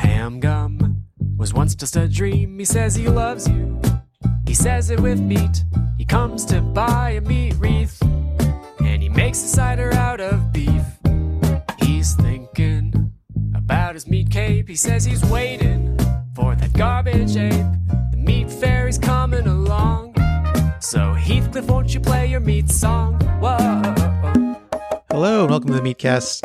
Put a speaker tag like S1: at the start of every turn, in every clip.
S1: Sam Gum was once just a dream. He says he loves you. He says it with meat. He comes to buy a meat wreath. And he makes a cider out of beef. He's thinking about his meat cape. He says he's waiting for that garbage ape. The meat fairy's coming along. So, Heathcliff, won't you play your meat song? Whoa.
S2: Hello and welcome to the Meatcast.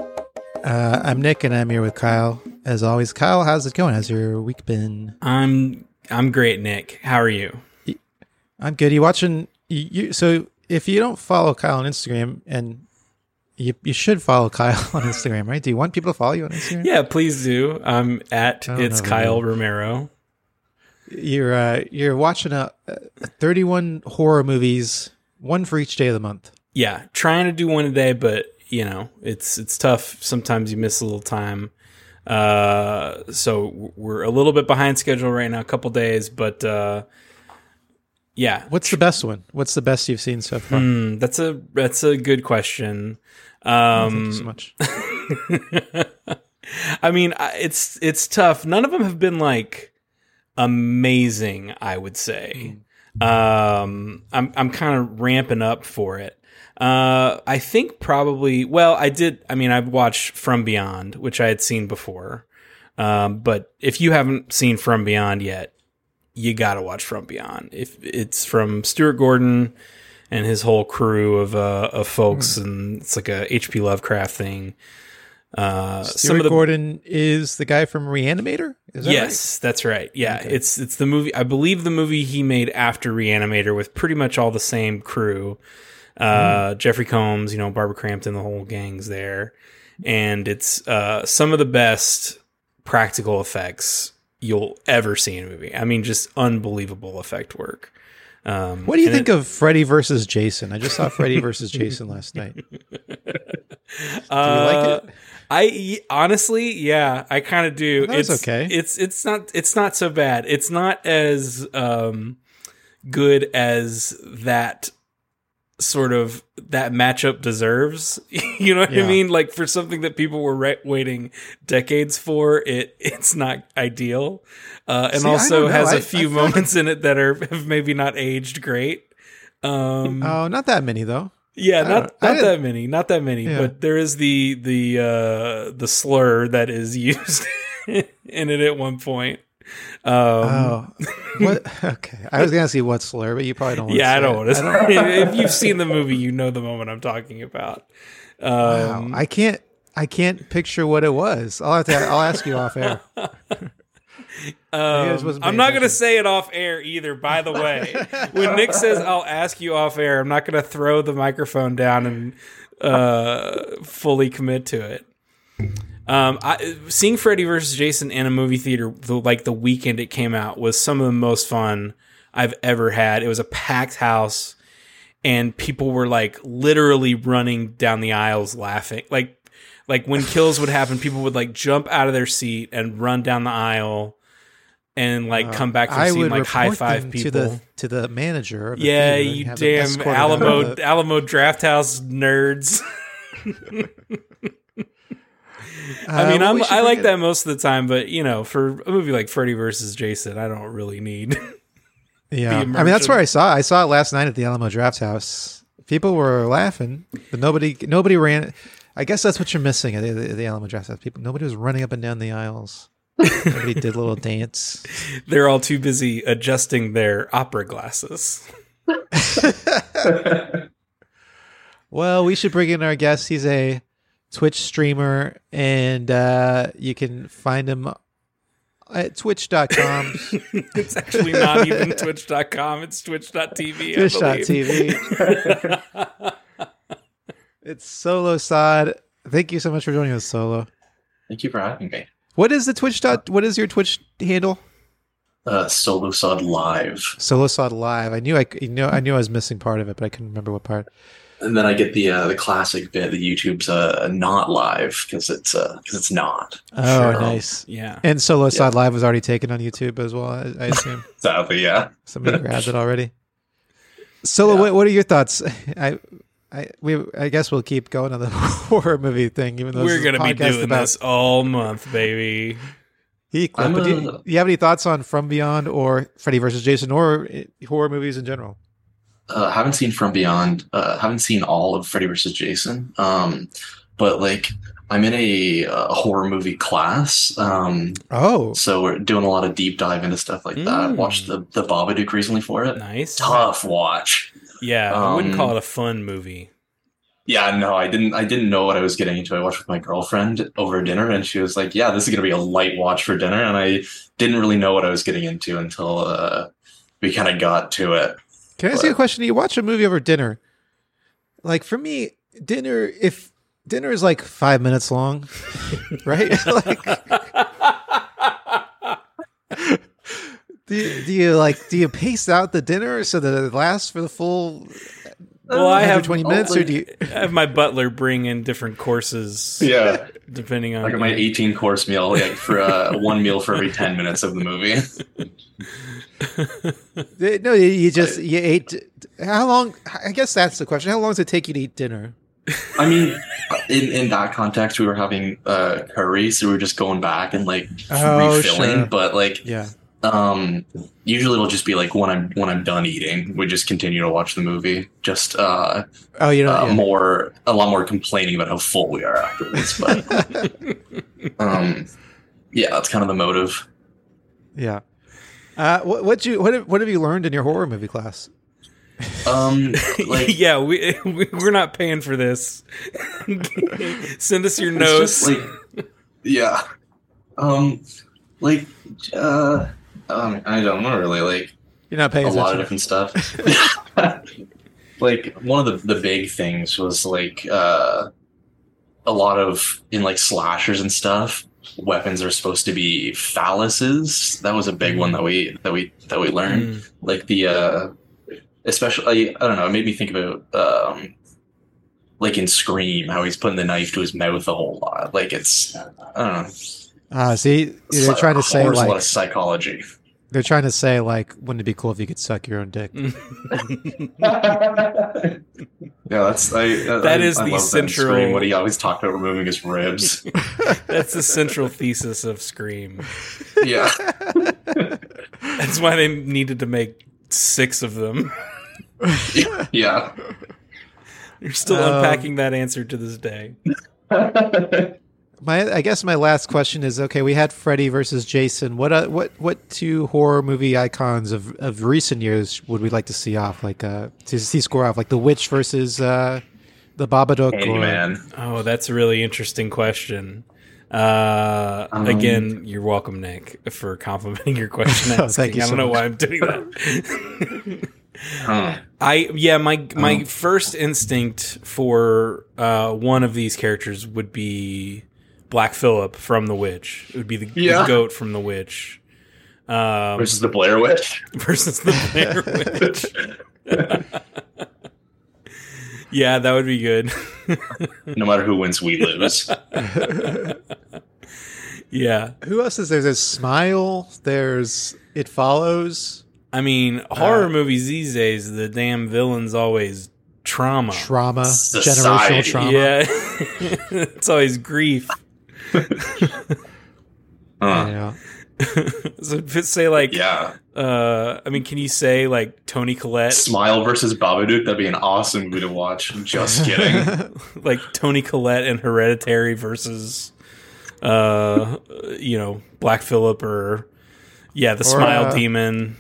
S2: Uh, I'm Nick and I'm here with Kyle. As always, Kyle, how's it going? How's your week been?
S3: I'm I'm great, Nick. How are you?
S2: I'm good. You watching? You, you so if you don't follow Kyle on Instagram, and you you should follow Kyle on Instagram, right? Do you want people to follow you on Instagram?
S3: Yeah, please do. I'm at
S2: don't
S3: it's
S2: know,
S3: Kyle Romero.
S2: You're uh, you're watching a, a 31 horror movies, one for each day of the month.
S3: Yeah, trying to do one a day, but you know it's it's tough. Sometimes you miss a little time. Uh, so we're a little bit behind schedule right now, a couple days, but uh, yeah,
S2: What's the best one? What's the best you've seen so far?
S3: Hmm, that's a that's a good question.
S2: Thank you
S3: Um,
S2: so much.
S3: I mean, I- it's it's tough. None of them have been like amazing. I would say. Um, I'm I'm kind of ramping up for it. Uh, I think probably. Well, I did. I mean, I've watched From Beyond, which I had seen before. Um, but if you haven't seen From Beyond yet, you gotta watch From Beyond. If it's from Stuart Gordon and his whole crew of uh, of folks, and it's like a H.P. Lovecraft thing. Uh,
S2: Stuart Gordon is the guy from Reanimator. Is that right?
S3: yes, that's right. Yeah, it's it's the movie. I believe the movie he made after Reanimator with pretty much all the same crew. Uh,
S2: Mm-hmm.
S3: Jeffrey Combs, you know, Barbara Crampton, the whole gang's there, and it's uh, some of the best practical effects you'll ever see in a movie. I mean, just unbelievable effect work. Um,
S2: What do you
S3: and
S2: think of Freddy versus Jason? I just saw Freddy versus Jason last night.
S3: it- uh, I honestly, yeah, I kind of do.
S2: That was
S3: it's
S2: okay.
S3: It's it's not it's not so bad. It's not as um good as that sort of that matchup deserves. you know what
S2: Yeah.
S3: I mean? Like for something that people were re- waiting decades for, it it's not ideal. Uh, and
S2: See, I
S3: also
S2: don't know.
S3: has
S2: I-
S3: a
S2: I feel
S3: few
S2: like-
S3: moments in it that are have maybe not aged great. Um,
S2: Oh, not that many though.
S3: yeah,
S2: I
S3: not
S2: don't- I
S3: not
S2: didn't-
S3: that many, not that many,
S2: Yeah.
S3: but there is the the uh the slur that is used in it at one point. Um
S2: Oh, what? Okay, I was gonna see what slur, but you probably don't. Want
S3: yeah, I don't want
S2: to. say it.
S3: to. if you've seen the movie, you know the moment I'm talking about.
S2: I,
S3: Um
S2: don't- I can't. I can't picture what it was. I'll have to. I'll ask you off air. I just wasn't
S3: um,
S2: paying
S3: I'm not going to
S2: attention.
S3: say it off air either, by the way. when Nick says I'll ask you off air, I'm not going to throw the microphone down and uh, fully commit to it. Um, I, seeing Freddy versus Jason in a movie theater, the, like the weekend it came out, was some of the most fun I've ever had. It was a packed house, and people were like literally running down the aisles laughing. Like, like when kills would happen, people would like jump out of their seat and run down the aisle, and like come back from
S2: Uh, I
S3: seeing
S2: would
S3: like
S2: report
S3: high five
S2: them
S3: people.
S2: to the to the manager. Of the
S3: yeah,
S2: theater and
S3: you
S2: have them Uh,
S3: damn
S2: escorted out
S3: Alamo
S2: of the-
S3: Alamo Draft House nerds. I
S2: Uh,
S3: mean,
S2: well,
S3: I'm,
S2: we should
S3: I like
S2: forget-
S3: that most of the time, but you know, for a movie like Freddy versus Jason, I don't really need.
S2: Yeah, I mean
S3: immersion.
S2: that's where I saw. it. I saw it last night at the Alamo Draft House. People were laughing, but nobody nobody ran. I guess that's what you're missing at the, the, the Alamo Draft House. People, nobody was running up and down the aisles. Nobody did a little dance.
S3: They're all too busy adjusting their opera glasses.
S2: Well, we should bring in our guest. He's a Twitch streamer, and uh, you can find him at twitch.com,
S3: it's actually not even Twitch.com; it's Twitch.tv. Twitch.tv.
S2: twitch.tv. it's Solo Sod. Thank you so much for joining us, Solo.
S4: Thank you for having me.
S2: What is the Twitch dot? What is your Twitch handle?
S4: Uh, Solo Sod Live,
S2: Solo Sod Live. I knew I c- you know I knew I was missing part of it, but I couldn't remember what part.
S4: and then I get the uh, the classic bit that YouTube's uh, not live because it's because it's not
S2: Oh,
S4: Sure.
S2: nice.
S3: Yeah,
S2: And Solo Sod Live was already taken on YouTube as well. I, I assume.
S4: sadly. Yeah,
S2: Somebody grabbed it already. Solo, what, what are your thoughts? I, I, we, I guess we'll keep going on the horror movie thing, even though
S3: we're
S2: this is a
S3: gonna be
S2: podcast
S3: doing
S2: about,
S3: this all month, baby.
S2: He clip.
S4: I'm
S2: But do,
S4: a-
S2: you, do you have any thoughts on From Beyond or Freddy versus Jason or eh, horror movies in general?
S4: uh, haven't seen From Beyond, uh, haven't seen all of Freddy vs. Jason, um, but like I'm in a, uh horror movie class, um,
S2: Oh,
S4: so we're doing a lot of deep dive into stuff like that.
S3: Mm.
S4: Watched the the Babadook recently for it.
S3: Nice.
S4: Tough watch.
S3: Yeah, I wouldn't
S4: Um,
S3: call it a fun movie.
S4: Yeah, no, I didn't. I didn't know what I was getting into. I watched with my girlfriend over dinner, and she was like, "Yeah, this is gonna be a light watch for dinner," and I didn't really know what I was getting into until uh, we kind of got to it.
S2: Can I ask you a
S4: But-
S2: question? Do you watch a movie over dinner? Like for me, dinner if dinner is like five minutes long, right? like, do you, do you like do you pace out the dinner so that it lasts for the full
S4: uh,
S3: Well, I have
S2: 120 minutes, or do you?
S3: I have my butler bring in different courses
S4: Yeah,
S3: depending on
S4: I got my 18 course meal like, for uh, one meal for every 10 minutes of the movie.
S2: Eh, No, you- you just you ate. How long? I guess that's the question. How long does it take you to eat dinner?
S4: I mean, in, in that context, we were having uh, curry, so we were just going back and like
S2: Oh,
S4: refilling.
S2: sure.
S4: But like,
S2: Yeah.
S4: um, usually it'll just be like when I'm when I'm done eating, we just continue to watch the movie. Just uh,
S2: Oh, you know.
S4: uh,
S2: yeah.
S4: more a lot more complaining about how full we are afterwards. But um, yeah, that's kind of the motive.
S2: Yeah. Uh, what what you what have, what have you learned in your horror movie class?
S4: Um, like
S3: yeah, we, we we're not paying for this. Send us your
S4: It's
S3: notes.
S4: just, like, yeah. Um, like, uh, um, I don't know really. Like
S2: You're not paying
S4: a lot
S2: attention.
S4: of different stuff. like one of the the big things was like uh, a lot of in like slashers and stuff. Weapons are supposed to be phalluses. That was a big one that we that we that we learned
S3: Mm.
S4: like the uh especially i don't know it made me think about um like in scream how he's putting the knife to his mouth a whole lot like it's i don't know
S2: Ah, see, they're
S4: Psy-
S2: trying to say
S4: horror's a lot
S2: like
S4: of psychology
S2: they're trying to say like, wouldn't it be cool if you could suck your own dick?
S4: yeah that's i I-
S3: That
S4: I-
S3: is
S4: I
S3: the
S4: love that in
S3: central-
S4: Scream, what he always talked about removing his ribs
S3: That's the central thesis of Scream.
S4: yeah
S3: That's why they needed to make six of them.
S4: yeah
S3: You're still
S2: Um,
S3: unpacking that answer to this day.
S2: My, I guess my last question is okay. We had Freddy versus Jason. What uh, what what two horror movie icons of, of recent years would we like to see off? Like uh, to see score off like The Witch versus uh, the Babadook. Or,
S4: Candyman.
S3: Oh, that's a really interesting question. Uh,
S4: Um,
S3: again, you're welcome, Nick, for complimenting your question.
S2: Oh,
S3: Asking.
S2: thank you
S3: I don't
S2: so
S3: know
S2: much.
S3: why I'm doing that.
S4: Huh.
S3: I yeah, my my
S2: Um,
S4: Oh.
S3: first instinct for uh, one of these characters would be Black Phillip from The Witch. It would be the, the
S4: Yeah.
S3: goat from The Witch. Um,
S4: versus the blair witch
S3: versus the Blair Witch. yeah, that would be good.
S4: no matter who wins we lose
S3: yeah.
S2: who else is there? There's Smile. There's It Follows.
S3: I mean, horror
S2: Uh,
S3: movies these days, the damn villain's always trauma.
S2: Trauma. Generational
S4: Society.
S2: trauma.
S3: Yeah. it's always grief.
S4: Huh.
S2: Yeah.
S3: so if it say like
S4: yeah
S3: uh I mean, can you say like Tony Collette
S4: Smile versus Babadook. That'd be an awesome movie to watch. I'm just kidding.
S3: like Tony Collette and Hereditary versus uh you know, Black Phillip or yeah, the
S2: Or,
S3: smile
S2: uh,
S3: demon.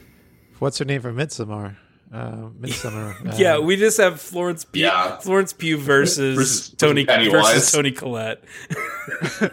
S2: What's her name from Midsommar? Uh, Midsummer. Uh,
S3: yeah, we just have Florence Pugh,
S4: Yeah.
S3: Florence Pugh versus,
S4: Versus-
S3: Tony
S4: versus
S3: versus
S4: Pennywise.
S3: Tony Collette.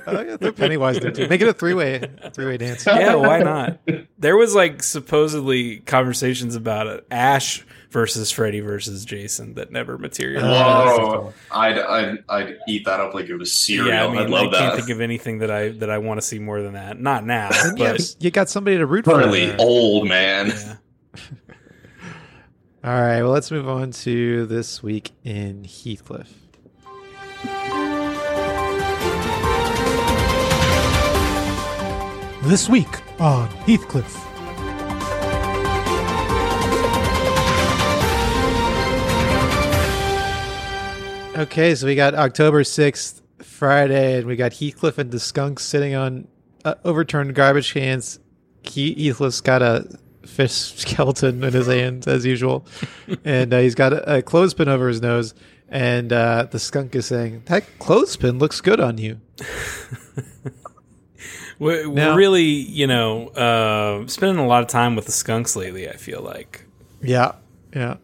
S2: oh, yeah, throw Pennywise there too. Make it a three way three way dance.
S3: Yeah, why not? There was like supposedly conversations about it. Ash versus Freddy versus Jason that never
S4: Oh,
S3: materialized.
S4: Whoa! I'd, I'd I'd eat that up like it was cereal.
S3: yeah, I
S4: I
S3: mean,
S4: would
S3: I
S4: love
S3: can't
S4: that.
S3: think of anything that I that I want to see more than that. Not now,
S2: Then you, have-
S3: but
S2: you got somebody to root for.
S4: Curly
S2: there.
S4: old man.
S3: yeah.
S2: All right, well, let's move on to this week in Heathcliff. This week on Heathcliff. Okay, so we got October 6th, Friday, and we got Heathcliff and the Skunks sitting on uh, overturned garbage cans. Keith Heath's got a fish skeleton in his hand as usual, and uh, he's got a, a clothespin over his nose. And uh, the skunk is saying, "That clothespin looks good on you."
S3: We're, we're
S2: Now-
S3: really, you know, uh, spending a lot of time with the skunks lately. I feel like.
S2: Yeah, yeah.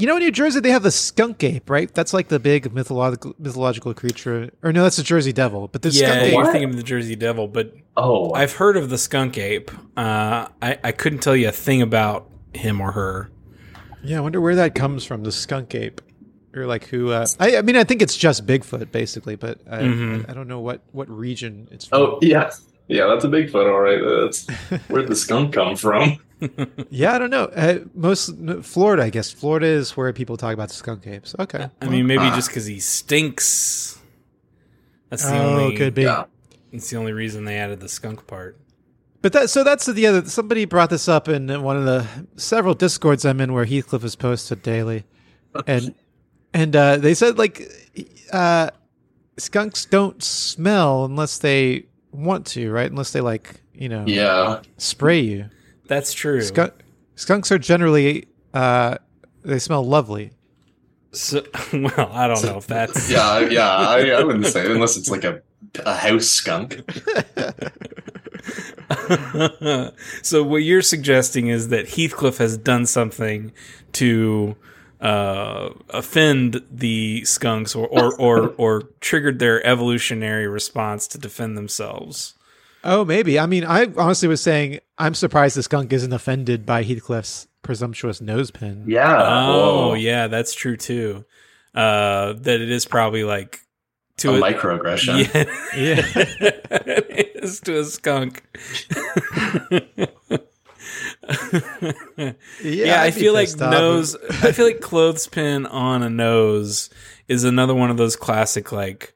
S2: You know, in New Jersey, they have the skunk ape, right? That's like the big mythological mythological creature, or no, that's the Jersey devil. But the
S3: Yeah,
S2: skunk
S3: you're
S2: ape,
S4: What?
S3: thinking of the Jersey Devil, but
S4: Oh,
S3: I've heard of the skunk ape. Uh, I, I couldn't tell you a thing about him or her.
S2: yeah. I wonder where that comes from, the skunk ape, or like who? Uh, I, I mean, I think it's just Bigfoot, basically, but I,
S3: Mhm.
S2: I, I don't know what what region it's from.
S4: oh yeah, yeah. That's a big photo, right? That's where'd the skunk come from?
S2: yeah, I don't know. Uh, most n- Florida, I guess. Florida is where people talk about skunk apes. Okay,
S3: I mean, maybe
S2: Uh,
S4: Ah.
S3: just because he stinks. That's the
S2: oh,
S3: only.
S2: could be.
S4: Yeah.
S3: It's the only reason they added the skunk part.
S2: But that so that's the other. Somebody brought this up in one of the several discords I'm in where Heathcliff is posted daily, and and uh, they said like uh, skunks don't smell unless they want to, right? Unless they like you know
S4: Yeah,
S2: spray you.
S3: That's true.
S2: Skunk, skunks are generally uh, they smell lovely.
S3: So, well, I don't know if that's.
S4: yeah, I- yeah. I, I wouldn't say it unless it's like a a house skunk.
S3: so what you're suggesting is that Heathcliff has done something to uh, offend the skunks or or, or or triggered their evolutionary response to defend themselves.
S2: Oh, maybe. I mean, I honestly was saying I'm surprised the skunk isn't offended by Heathcliff's presumptuous nose pin.
S4: Yeah.
S3: Oh,
S4: Ah, whoa.
S3: yeah, that's true too. Uh, that it is probably like
S4: A
S3: to a,
S4: microaggression.
S2: Yeah.
S3: yeah, it is to a skunk.
S2: yeah,
S3: yeah, I
S2: I'd be
S3: feel like
S2: pissed off.
S3: nose. I feel like clothespin on a nose is another one of those classic like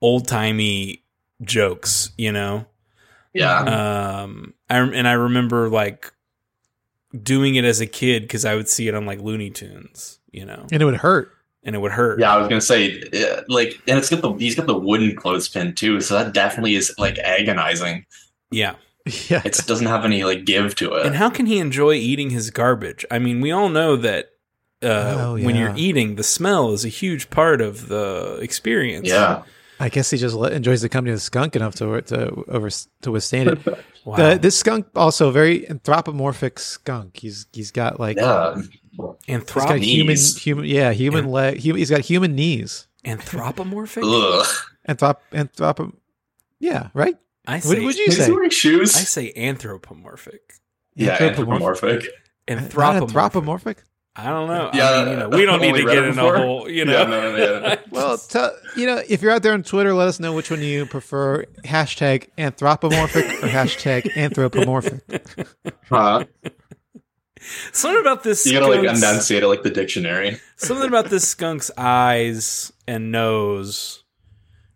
S3: old timey jokes, you know.
S4: Yeah.
S2: Uh-huh.
S3: Um, I rem- and I remember like doing it as a kid because I would see it on like Looney Tunes, you know,
S2: and it would hurt.
S3: and it would hurt.
S4: Yeah, I was gonna say, uh, like, and it's got the he's got the wooden clothespin too, so that definitely is like agonizing.
S3: yeah.
S2: Yeah.
S4: It doesn't have any like give to it.
S3: And how can he enjoy eating his garbage? I mean, we all know that uh,
S2: Oh,
S3: when
S2: yeah.
S3: you're eating, the smell is a huge part of the experience.
S4: yeah,
S2: I guess he just le- enjoys the company of the skunk enough to to over to withstand it.
S3: Wow.
S2: The, this skunk also very anthropomorphic skunk. He's he's got like
S4: yeah.
S2: he's got
S3: Anthrop-
S2: human
S4: Knees.
S2: human yeah human leg. Human, he's got human knees.
S3: anthropomorphic?
S4: Ugh.
S2: Anthrop anthrop. Yeah, right.
S3: I say,
S2: What would you
S4: Is he
S2: say?
S4: wearing
S3: I
S4: shoes?
S3: say anthropomorphic.
S4: Yeah,
S2: Anthropomorph-
S4: anthropomorphic.
S2: Uh, Not
S3: Anthropomorphic.
S2: Anthropomorphic.
S3: I don't know. I
S4: Yeah,
S3: mean, you know, we don't
S4: I've
S3: need
S4: only
S3: to
S4: read
S3: get
S4: it
S3: into a
S4: before.
S3: whole, you know.
S4: Yeah, no, no, yeah.
S2: Well, tell, you know, if you're out there on Twitter, let us know which one you prefer: hashtag anthropomorphic or hashtag anthropomorphic.
S4: Huh?
S3: something about this
S4: You gotta like
S3: skunk's-
S4: enunciate it like the dictionary.
S3: something about this skunk's eyes and nose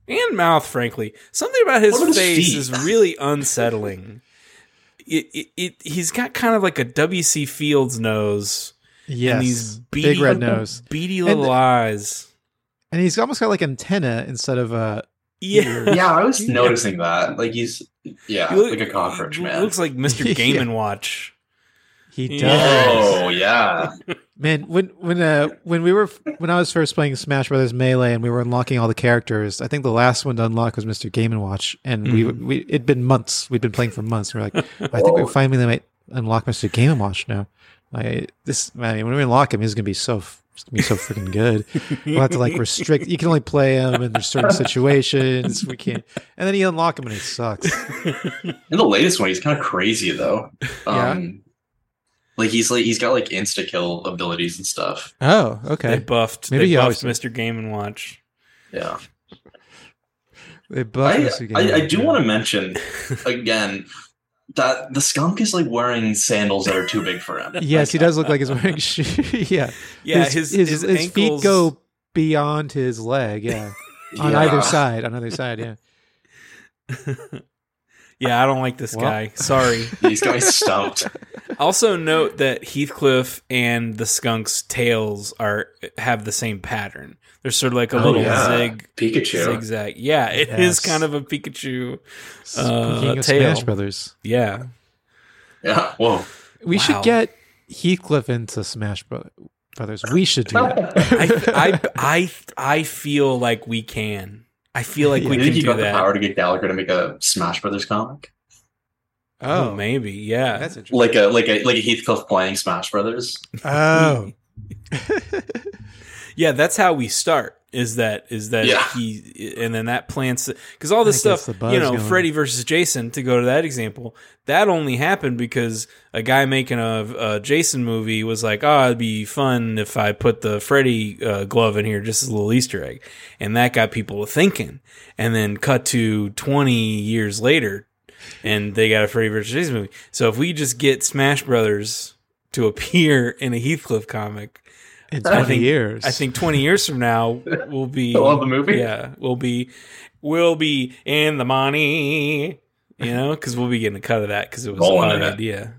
S3: and mouth frankly something about his
S4: What about his
S3: face
S4: feet?
S3: is really unsettling it, it, it he's got kind of like a wc fields nose
S2: Yes,
S3: and these beady,
S2: big red nose,
S3: beady
S2: And
S3: little
S2: the-
S3: eyes
S2: and he's almost got like antenna instead of uh
S3: yeah
S4: Yeah, I was noticing that. Like he's yeah,
S3: He look-
S4: like a cockroach
S3: he
S4: man.
S3: looks like mr
S2: Yeah.
S3: game and watch
S2: he does.
S3: Yeah.
S4: oh yeah,
S2: Man, when when uh when we were when I was first playing Smash Brothers Melee and we were unlocking all the characters, I think the last one to unlock was Mr. Game and Watch, and we
S3: Mhm.
S2: we it'd been months we'd been playing for months. And we're like, I think we
S4: Whoa.
S2: finally might unlock Mr. Game and Watch now. I this I mean, when we unlock him, he's gonna be so f- it's gonna be so freaking good. We'll have to like restrict. You can only play him in certain situations. We can't, and then you unlock him and he sucks.
S4: in the latest one he's kind of crazy though.
S2: Yeah?
S4: Um, Like he's like he's got like insta kill abilities and stuff.
S2: Oh,
S3: they
S2: okay.
S3: buffed
S2: Maybe
S3: they
S2: he
S3: buffed
S2: always-
S3: mr game and watch
S4: Yeah.
S2: They buffed
S4: I,
S2: Mr. Game
S4: I,
S2: and
S4: I
S2: Watch.
S4: do want to mention again that the skunk is like wearing sandals that are too big for him.
S2: Yes, he does look like he's wearing shoes. yeah.
S3: yeah
S2: his
S3: his
S2: his, his, feet
S3: ankles-
S2: go beyond his leg. Yeah, on
S4: Yeah.
S2: either side. On either side. Yeah.
S3: Yeah, I don't like this
S2: Well.
S3: guy. Sorry.
S4: These guys stumped.
S3: also note that Heathcliff and the skunk's tails are have the same pattern. They're sort of like a
S4: Oh,
S3: little
S4: yeah.
S3: zig
S4: Pikachu.
S3: zigzag. Yeah, it is
S2: Yes.
S3: kind of a Pikachu.
S2: Speaking of
S3: Uh, tail.
S2: Smash Brothers,
S3: Yeah.
S4: Yeah. Whoa.
S2: we
S3: Wow.
S2: should get Heathcliff into Smash Bro- Brothers. We should do that.
S3: I, I I I feel like we can. I feel like
S2: Yeah.
S3: we
S4: you
S3: can
S4: think you
S3: do
S4: got
S3: that.
S4: the power to get Gallagher to make a Smash Brothers comic?
S3: Oh, maybe. Yeah.
S2: that's interesting.
S4: Like a like a like a Heathcliff playing Smash Brothers.
S2: oh,
S3: Yeah, that's how we start. Is that is that
S4: Yeah.
S3: he and then that plants because all this
S2: That gets
S3: stuff
S2: the buzz
S3: you know
S2: going.
S3: Freddy versus Jason to go to that example that only happened because a guy making a, a Jason movie was like oh it'd be fun if I put the Freddy uh, glove in here just as a little Easter egg and that got people thinking and then cut to twenty years later and they got a Freddy versus Jason movie so if we just get Smash Brothers to appear in a Heathcliff comic
S2: in
S3: I
S2: twenty
S3: think-
S2: years.
S3: I think 20 years from now we'll be
S4: I love the movie.
S3: Yeah, we'll be we'll be in the money, you know, cuz we'll be getting a cut of that cuz it was
S4: Rolling
S3: an
S4: in it.
S3: idea.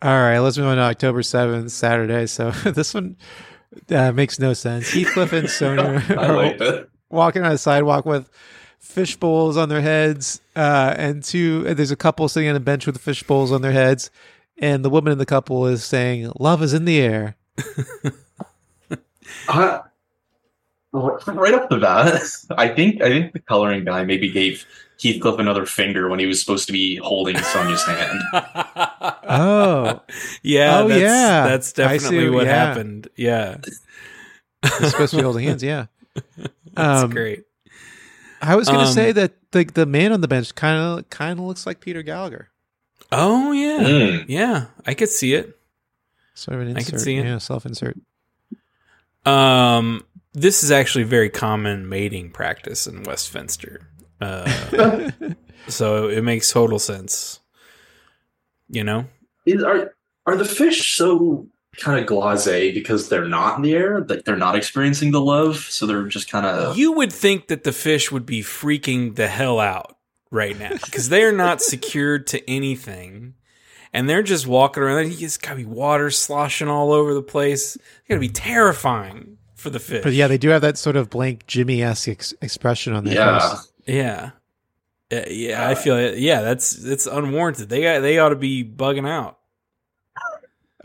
S2: All right, let's move on to October seventh, Saturday. So this one uh, makes no sense. Heathcliff and Sonia
S4: I
S2: are
S4: like it.
S2: walking on a sidewalk with fish bowls on their heads, uh, and two. and There's a couple sitting on a bench with fish bowls on their heads, and the woman in the couple is saying, "Love is in the air."
S4: Uh, r- right off the bat, I think I think the coloring guy maybe gave Heathcliff another finger when he was supposed to be holding Sonya's hand.
S2: Oh,
S3: Uh, yeah,
S2: Oh,
S3: that's,
S2: yeah.
S3: that's
S2: I see
S3: definitely
S2: what-
S3: what
S2: yeah.
S3: happened. Yeah.
S2: they're supposed to be holding hands. Yeah,
S3: That's
S2: Um,
S3: great.
S2: I was going to
S3: Um,
S2: say that the the man on the bench kind of kind of looks like Peter Gallagher.
S3: Oh yeah.
S4: Mm.
S3: Yeah, I could see it.
S2: Sort of an
S3: I
S2: insert,
S3: can see it.
S2: yeah, self insert.
S3: Um, this is actually very common mating practice in Westminster. Uh, so it makes total sense. You know?
S4: Is, are are the fish so kind of glazé because they're not in the air, like they're not experiencing the love, so they're just kind of
S3: You would think that the fish would be freaking the hell out right now because they're not secured to anything. And they're just walking around. There's got to be water sloshing all over the place. It's got to be terrifying for the fish.
S2: But yeah, they do have that sort of blank Jimmy esque ex- expression on their
S4: yeah.
S2: face.
S3: yeah, Uh, yeah. I feel it. Yeah, that's it's unwarranted. They got they ought to be bugging out.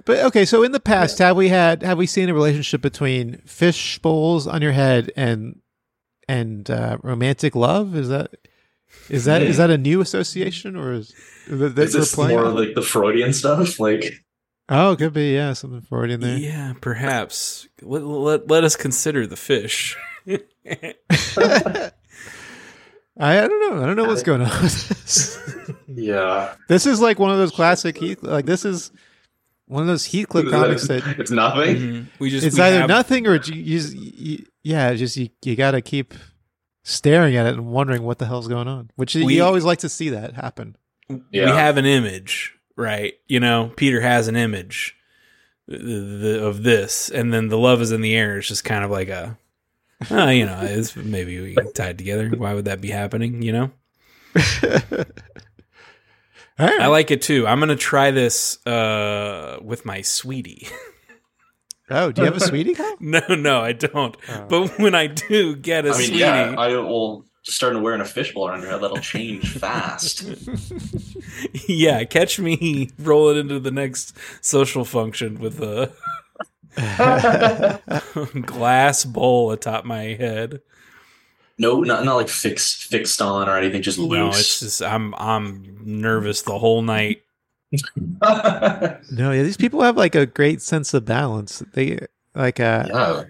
S2: But okay, so in the past, have we had have we seen a relationship between fish bowls on your head and and uh, romantic love? Is that is that is that a new association or is that, that
S4: Is
S2: we're
S4: this
S2: playing?
S4: more like the Freudian stuff? Like
S2: oh, could be yeah, something Freudian there.
S3: Yeah, perhaps. Let, let let us consider the fish.
S2: I, I don't know. I don't know what's going on. with this.
S4: yeah,
S2: This is like one of those classic Heath. Like this is one of those Heathcliff comics Mm-hmm. that
S4: it's nothing.
S3: Mhm. We just
S2: it's
S3: we
S2: either
S3: have-
S2: nothing or you, you, just- you yeah, it's just you, you got to keep staring at it and wondering what the hell's going on. Which
S3: We-
S2: you always like to see that happen.
S4: Yeah.
S3: we have an image, right? You know, Peter has an image th- th- of this, and then the love is in the air. It's just kind of like a, uh, you know, it's maybe we can tie it together. Why would that be happening? You know,
S2: All right.
S3: I like it too. I'm gonna try this uh, with my sweetie.
S2: oh, do you have a sweetie? Kyle?
S3: no, no, I don't.
S2: Oh.
S3: But when I do get a
S4: I mean,
S3: sweetie,
S4: yeah, I will just starting wearing a fishbowl around your head. That'll change fast.
S3: yeah, catch me rolling into the next social function with a glass bowl atop my head.
S4: No, not not like fixed fixed on or anything, just
S3: No, it's
S4: loose.
S3: just I'm I'm nervous the whole night.
S4: Oh,
S2: No, yeah, these people have like a great sense of balance. They like uh,
S4: yeah.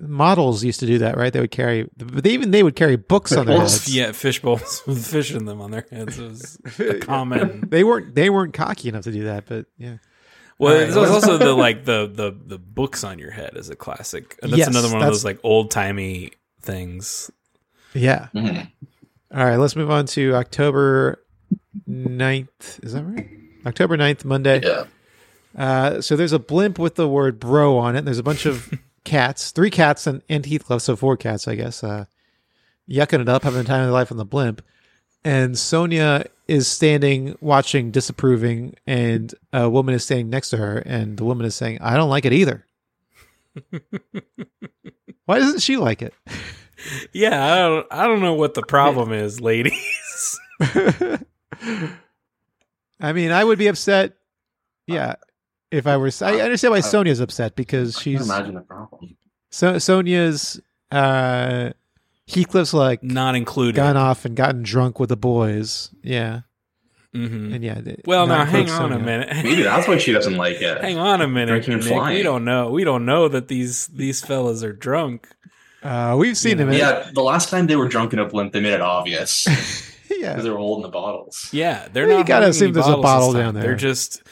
S2: models used to do that, right? They would carry, but they, even they would carry books on their
S4: Books,
S2: heads.
S3: Yeah, fish bowls with fish in them on their heads was a common.
S2: They weren't they weren't cocky enough to do that, but yeah.
S3: Well,
S2: All right,
S3: there's also the like the the the books on your head is a classic. And that's
S2: Yes,
S3: another one of
S2: that's-
S3: those like old timey things.
S2: Yeah.
S4: Mm.
S2: All right, let's move on to October 9th. Is that right? October 9th, Monday.
S4: yeah.
S2: Uh, so there's a blimp with the word bro on it. And there's a bunch of cats, three cats and, and Heathcliff, so four cats, I guess, uh, yucking it up, having the time of their life on the blimp. And Sonia is standing watching disapproving and a woman is standing next to her and the woman is saying i don't like it either why doesn't she like it
S3: Yeah, I don't, I don't know what the problem is, ladies.
S2: i mean i would be upset yeah if i were i understand why sonia's upset because
S4: I can
S2: she's
S4: imagine the problem.
S2: so sonia's uh heathcliff's like
S3: Not included.
S2: gone off and gotten drunk with the boys yeah
S3: Mhm.
S2: and yeah they-
S3: Well,
S2: not
S3: now hang
S2: include
S3: on a
S2: Sonya.
S3: minute.
S4: Maybe that's why she doesn't like it.
S3: Hang on a minute,
S4: Drinking and
S3: Nick. We
S4: flying.
S3: don't know. We don't know that these these fellas are drunk.
S2: uh we've seen him in
S4: Yeah, the last time they were drunk in a blimp, they made it obvious
S2: yeah
S4: because they were holding the bottles.
S3: Yeah, they're
S2: Well, you
S3: not.
S2: gotta
S3: holding
S2: assume
S3: any
S2: there's a
S3: bottles
S2: bottle
S3: this time.
S2: down there.
S3: They're just.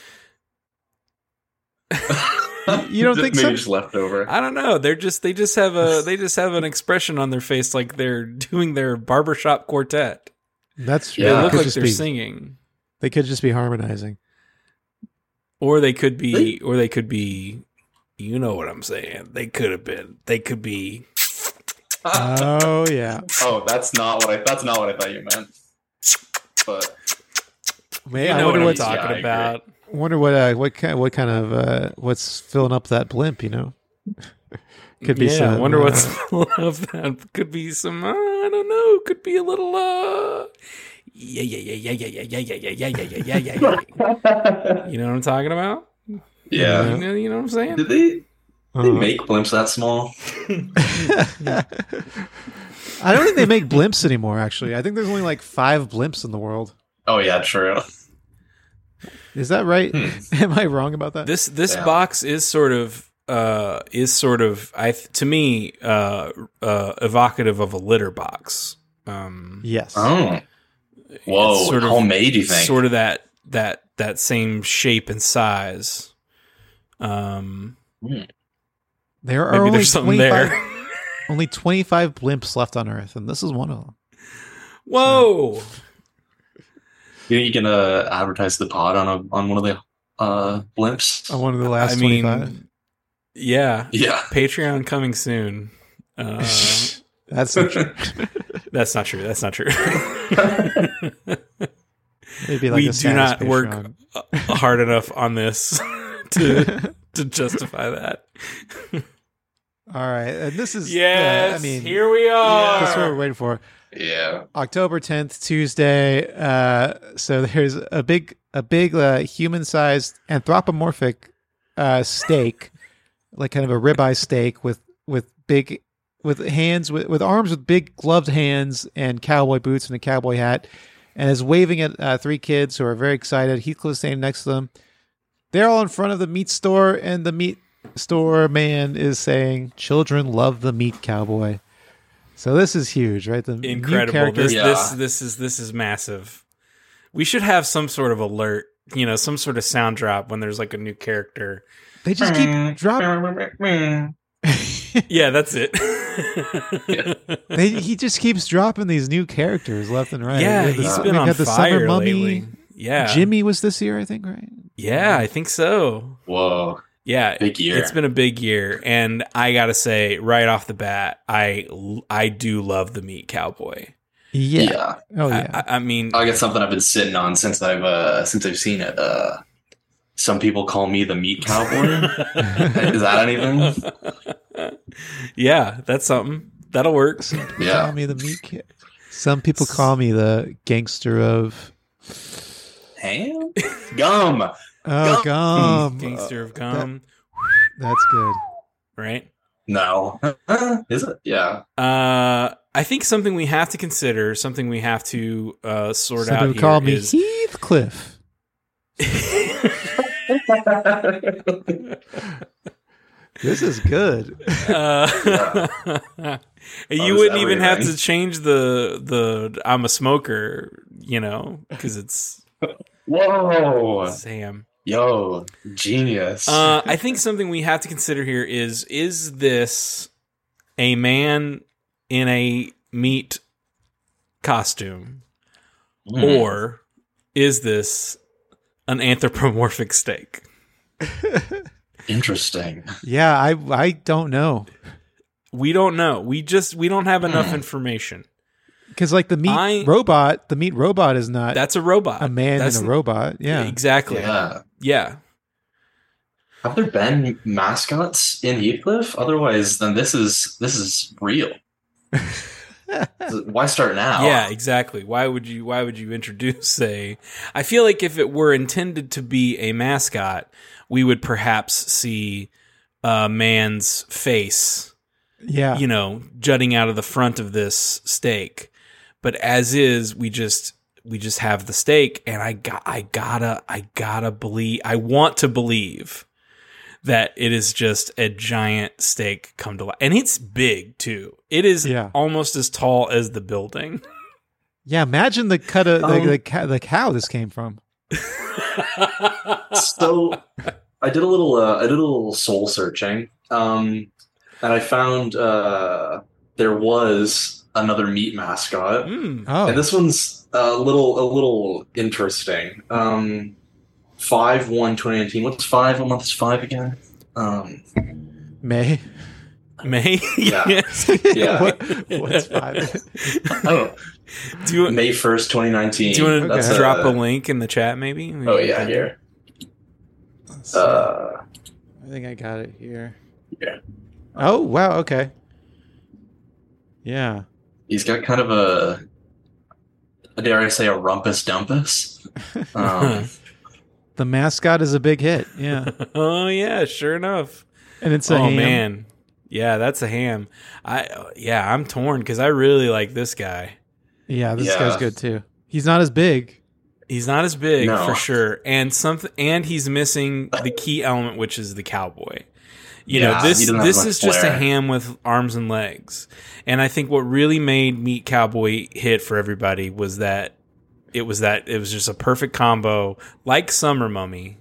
S2: You don't think
S4: maybe
S2: so?
S4: just left over.
S3: I don't know. They're just. They just have a. They just have an expression on their face like they're doing their barbershop quartet.
S2: That's true.
S4: Yeah.
S3: They
S2: They
S3: look
S2: could
S3: like
S2: just
S3: they're
S2: be-
S3: singing,
S2: They could just be harmonizing.
S3: or they could be, or they could be. You know what I'm saying? They could have been. They could be.
S2: oh yeah,
S4: oh, that's not what I. That's not what I thought you meant. But
S2: man.
S3: You
S2: I
S3: know what
S2: wonder
S3: I'm
S2: what,
S4: what's- yeah, I
S3: talking
S4: agree.
S3: about.
S2: wonder what, uh, what kind, what kind of, uh, what's filling up that blimp? You know, could be.
S3: yeah,
S2: some,
S3: I wonder
S2: uh,
S3: what's of that. Could be some. Uh, I don't know. Could be a little. uh Yeah, yeah, yeah, yeah, yeah, yeah, yeah, yeah, yeah, yeah, yeah, yeah, yeah, yeah. You know what I'm talking about?
S4: yeah,
S3: You know, you know what I'm saying?
S4: did they?
S2: uh,
S4: They make blimps that small.
S2: I don't think they make blimps anymore. Actually, I think there's only like five blimps in the world.
S4: Oh yeah, true.
S2: Is that right?
S4: Hmm.
S2: Am I wrong about that?
S3: This this
S4: Yeah.
S3: box is sort of uh is sort of I th- to me uh uh evocative of a litter box. Um
S2: yes.
S4: Oh, whoa!
S3: It's sort of-
S4: homemade, you think?
S3: sort of that that that same shape and size. Um,
S2: there are
S3: maybe
S2: only
S3: there's something
S2: 25
S3: there.
S2: only 25 blimps left on Earth, and this is one of them.
S3: Whoa!
S4: You think you can uh, advertise the pod on a on one of the uh, blimps?
S2: On one of the last
S3: I mean,
S2: 25.
S3: yeah,
S4: Yeah.
S3: Patreon coming soon. Uh,
S2: That's not true.
S3: that's not true. That's not true.
S2: Maybe like
S3: we
S2: a
S3: do not
S2: status
S3: work
S2: Patreon.
S3: uh, hard enough on this to to justify that.
S2: All right, and this is yeah.
S3: Yes,
S2: I mean,
S3: here we are.
S2: that's what we're waiting for.
S4: Yeah.
S2: October 10th, Tuesday. Uh, so there's a big, a big uh, human-sized anthropomorphic uh, steak, like kind of a ribeye steak with with big with hands with, with arms with big gloved hands and cowboy boots and a cowboy hat, and is waving at uh, three kids who are very excited. Heathcliff standing next to them. They're all in front of the meat store, and the meat store man is saying, "Children love the meat cowboy." So this is huge, right? The new
S3: incredible.
S2: character-
S3: This,
S4: Yeah.
S3: this this is this is massive. We should have some sort of alert, you know, some sort of sound drop when there's like a new character.
S2: They just keep dropping.
S3: Yeah, that's it.
S2: They, he just keeps dropping these new characters left and right.
S3: yeah,
S2: We had the-
S3: he's
S2: we
S3: been
S2: got
S3: on fire lately. Yeah,
S2: Jimmy was this year, I think, right?
S3: Yeah, I think so.
S4: Whoa.
S3: Yeah,
S4: Big year.
S3: it's been a big year, and I gotta say, right off the bat, I I do love the meat cowboy.
S2: Yeah.
S4: yeah.
S2: Oh
S3: I-
S2: yeah.
S3: I, I mean,
S4: I got something I've been sitting on since I've uh, since I've seen it. Uh, some people call me the meat cowboy. Is that anything?
S3: yeah, that's something that'll work.
S2: Some people
S4: Yeah.
S2: call me the meat kid. Some people call me the gangster of
S4: Ham? Gum.
S2: oh gum.
S3: Gangster
S2: uh,
S3: of gum,
S2: That's good.
S3: right?
S4: No. Is it? Yeah.
S3: Uh, I think something we have to consider, something we have to uh, sort
S2: Some
S3: out
S2: people
S3: here
S2: call me
S3: is-
S2: Heathcliff. This is good.
S3: uh, you
S4: is
S3: wouldn't even have
S4: everything.
S3: to change the the I'm a smoker, you know, because it's
S4: Whoa.
S3: Sam.
S4: Yo. Genius.
S3: Uh, I think something we have to consider here is is this a man in a meat costume
S4: Mm.
S3: or is this an anthropomorphic steak?
S4: Interesting.
S2: Yeah, I I don't know.
S3: We don't know. We just we don't have enough information.
S2: because like the meat
S3: I-
S2: robot, the meat robot is not
S3: That's a robot.
S2: a man
S3: That's
S2: and a robot. Um, Yeah,
S3: Exactly. Yeah.
S4: Yeah. Have there been mascots in Heathcliff? Otherwise, then this is this is real. Why start now?
S3: Yeah, exactly. Why would you why would you introduce a I feel like if it were intended to be a mascot, we would perhaps see a man's face,
S2: yeah.
S3: you know, jutting out of the front of this stake. But as is, we just we just have the stake and I got I gotta I gotta believe I want to believe that it is just a giant stake come to life. And it's big too. It is
S2: Yeah.
S3: almost as tall as the building.
S2: yeah. Imagine the cut of
S4: Um,
S2: the, the, cow, the cow this came from.
S4: so I did a little uh, I did a little soul searching, um, and I found uh, there was another meat mascot,
S3: Mm.
S2: Oh,
S4: and this one's a little a little interesting. Um, five one 2019. What's five? What month is five again? Um,
S2: May.
S3: May.
S4: Yeah.
S3: yes.
S4: Yeah. Uh,
S2: What- what's five?
S4: oh,
S3: Do you,
S4: May first, twenty nineteen.
S3: do you want to
S2: That's
S3: drop a link in the chat, maybe?
S4: Oh yeah, here. Uh,
S2: I think I got it here.
S4: Yeah.
S2: Oh wow. Okay. Yeah.
S4: he's got kind of a dare I say a rumpus dumpus. Um,
S2: The mascot is a big hit. Yeah.
S3: oh yeah, sure enough.
S2: And it's a
S3: oh
S2: ham.
S3: man, yeah, that's a ham. I uh, yeah, I'm torn because I really like this guy.
S2: Yeah, this
S4: Yeah.
S2: guy's good too. He's not as big.
S3: He's not as big
S4: No.
S3: for sure, and something, and he's missing the key element, which is the cowboy. You
S4: Yeah,
S3: know, this
S4: he doesn't have
S3: this
S4: much
S3: is just a
S4: flair.
S3: ham with arms and legs, and I think what really made Meat Cowboy hit for everybody was that it was that it was just a perfect combo, like Summer Mummy.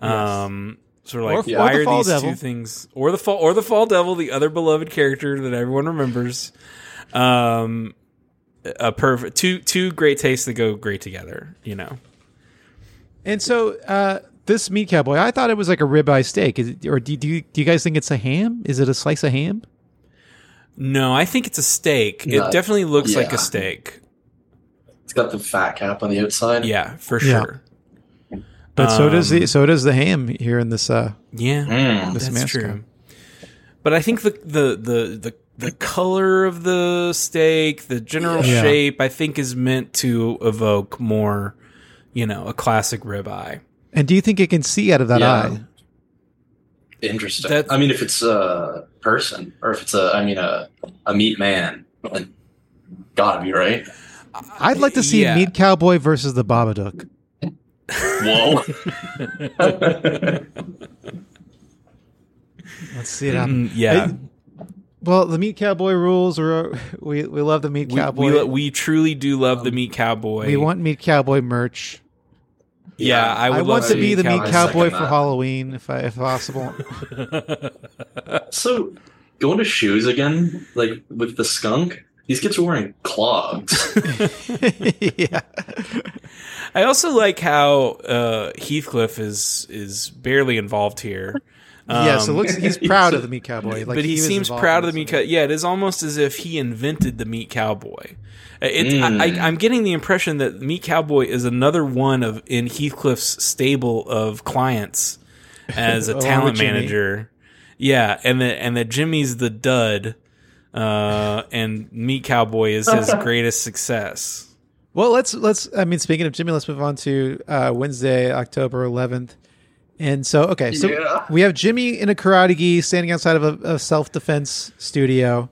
S3: Um, sort of
S2: Or-
S3: like
S2: or
S3: why
S2: the
S3: are
S2: Fall
S3: these
S2: Devil.
S3: two things, or the fall, or the Fall Devil, the other beloved character that everyone remembers. Um, a perfect two two great tastes that go great together. You know.
S2: And so uh, this meat cowboy, I thought it was like a ribeye steak. Is it, or do, do you do you guys think it's a ham? Is it a slice of ham?
S3: No, I think it's a steak.
S4: No.
S3: It definitely looks like
S4: Yeah.
S3: a steak.
S4: it's got the fat cap on the outside.
S3: Yeah, for
S2: Yeah.
S3: sure.
S2: But so does
S3: Um,
S2: the so does the ham here in this. Uh,
S3: Yeah,
S4: Mm.
S2: this
S3: that's
S2: mascot.
S3: true. But I think the the the the the color of the steak, the general
S2: Yeah.
S3: shape, I think is meant to evoke more, you know, a classic ribeye.
S2: And do you think it can see out of that
S4: Yeah.
S2: eye?
S4: Interesting.
S3: That's-
S4: I mean, if it's a person or if it's a, I mean, a, a meat man, then gotta be right.
S2: I'd like to see
S3: Yeah.
S2: meat cowboy versus the Babadook.
S4: Whoa.
S2: Let's see it happen.
S3: Mm, yeah,
S2: Hey, Well, the meat cowboy rules. Or we we love the meat
S3: we,
S2: cowboy.
S3: we lo- we truly do love the meat cowboy.
S2: Um, we want meat cowboy merch.
S3: Yeah, I would
S2: I
S3: love
S2: want
S3: to
S2: to
S3: see
S2: be the
S3: Cow-
S2: meat
S4: I
S2: cowboy
S4: second
S2: for
S4: that.
S2: Halloween, if I, if possible.
S4: so going to shoes again, like with the skunk, these kids are wearing clogs.
S2: yeah.
S3: Um, I also like how uh, Heathcliff is is barely involved here.
S2: yeah. So
S3: Um,
S2: it looks he's proud of the meat cowboy. Like
S3: but he,
S2: was
S3: seems
S2: involved
S3: proud
S2: in
S3: of the meat
S2: this.
S3: cow. Yeah, it is almost as if he invented the meat cowboy. It, I,
S4: Mm.
S3: I, I'm getting the impression that meat cowboy is another one of in Heathcliff's stable of clients as a
S2: Along with
S3: talent
S2: Jimmy.
S3: manager. Yeah, and that and that Jimmy's the dud, uh, and meat cowboy is his greatest success.
S2: Well, let's let's. I mean, speaking of Jimmy, let's move on to uh, Wednesday, October 11th. And so, okay, so
S4: Yeah.
S2: we have Jimmy in a karate gi standing outside of a, a self defense studio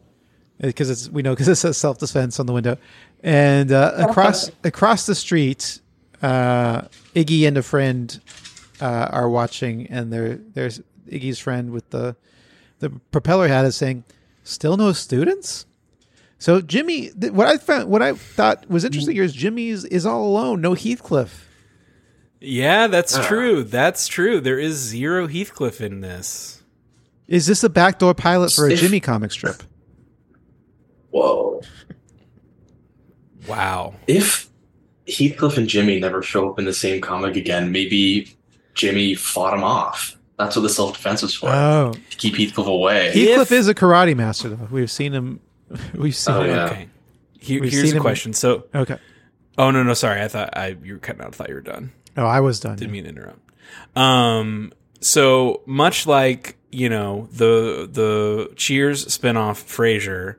S2: because it's we know because it says self defense on the window. And uh, across across the street, uh, Iggy and a friend uh, are watching, and there there's Iggy's friend with the the propeller hat is saying, "Still no students." So Jimmy, th- what I found, what I thought was interesting here is Jimmy's is all alone, no Heathcliff.
S3: Yeah, that's
S4: Ah.
S3: true. That's true. There is zero Heathcliff in this.
S2: Is this a backdoor pilot for a
S4: If-
S2: Jimmy comic strip?
S4: Whoa.
S3: Wow.
S4: If Heathcliff and Jimmy never show up in the same comic again, maybe Jimmy fought him off. That's what the self defense was for.
S3: Uh,
S2: Oh,
S4: to keep Heathcliff away.
S2: Heathcliff is a karate master, though. We've seen him. We've seen
S4: Oh,
S2: him.
S4: yeah.
S3: Okay. Here,
S2: We've
S3: here's
S2: seen
S3: a
S2: him-
S3: question. So,
S2: Okay.
S3: oh no, no, sorry. I thought I you were cutting out. I thought you were done.
S2: Oh, I was done.
S3: Didn't mean to interrupt. Um, so much like you know the the Cheers spinoff Frasier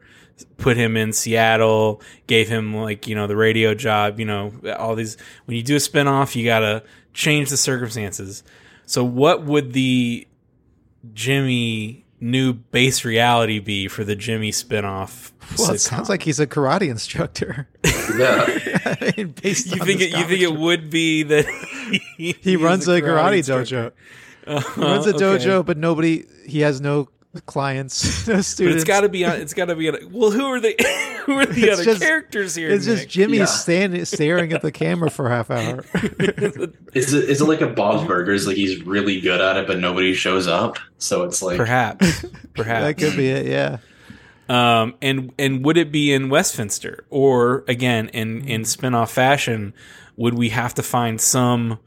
S3: put him in Seattle, gave him like you know the radio job. You know all these when you do a spinoff, you gotta change the circumstances. So what would the Jimmy new base reality be for the Jimmy spinoff?
S2: Well, it
S3: sitcom?
S2: sounds like he's a karate instructor.
S4: Yeah.
S2: I mean, based
S3: you
S2: on
S3: think
S2: this
S3: it, you think it
S2: comic
S3: would be that he,
S2: He runs a karate, dojo.
S3: dojo.
S2: He runs a dojo, but nobody. He has no clients, no
S3: But
S2: students.
S3: it's got to be on. It's got to be on. Well, who are the who are the
S2: It's
S3: other
S2: just-
S3: characters here?
S2: It's just
S3: Nick?
S2: Jimmy
S4: Yeah.
S2: standing, staring at the camera for a half hour.
S4: Is it is it like a Bob's Burgers? Like he's really good at it, but nobody shows up. So it's like
S3: perhaps,
S2: that
S3: perhaps.
S2: could be it. Yeah.
S3: um, and and would it be in Westminster or again in
S2: Mm.
S3: in spinoff fashion? Would we have to find some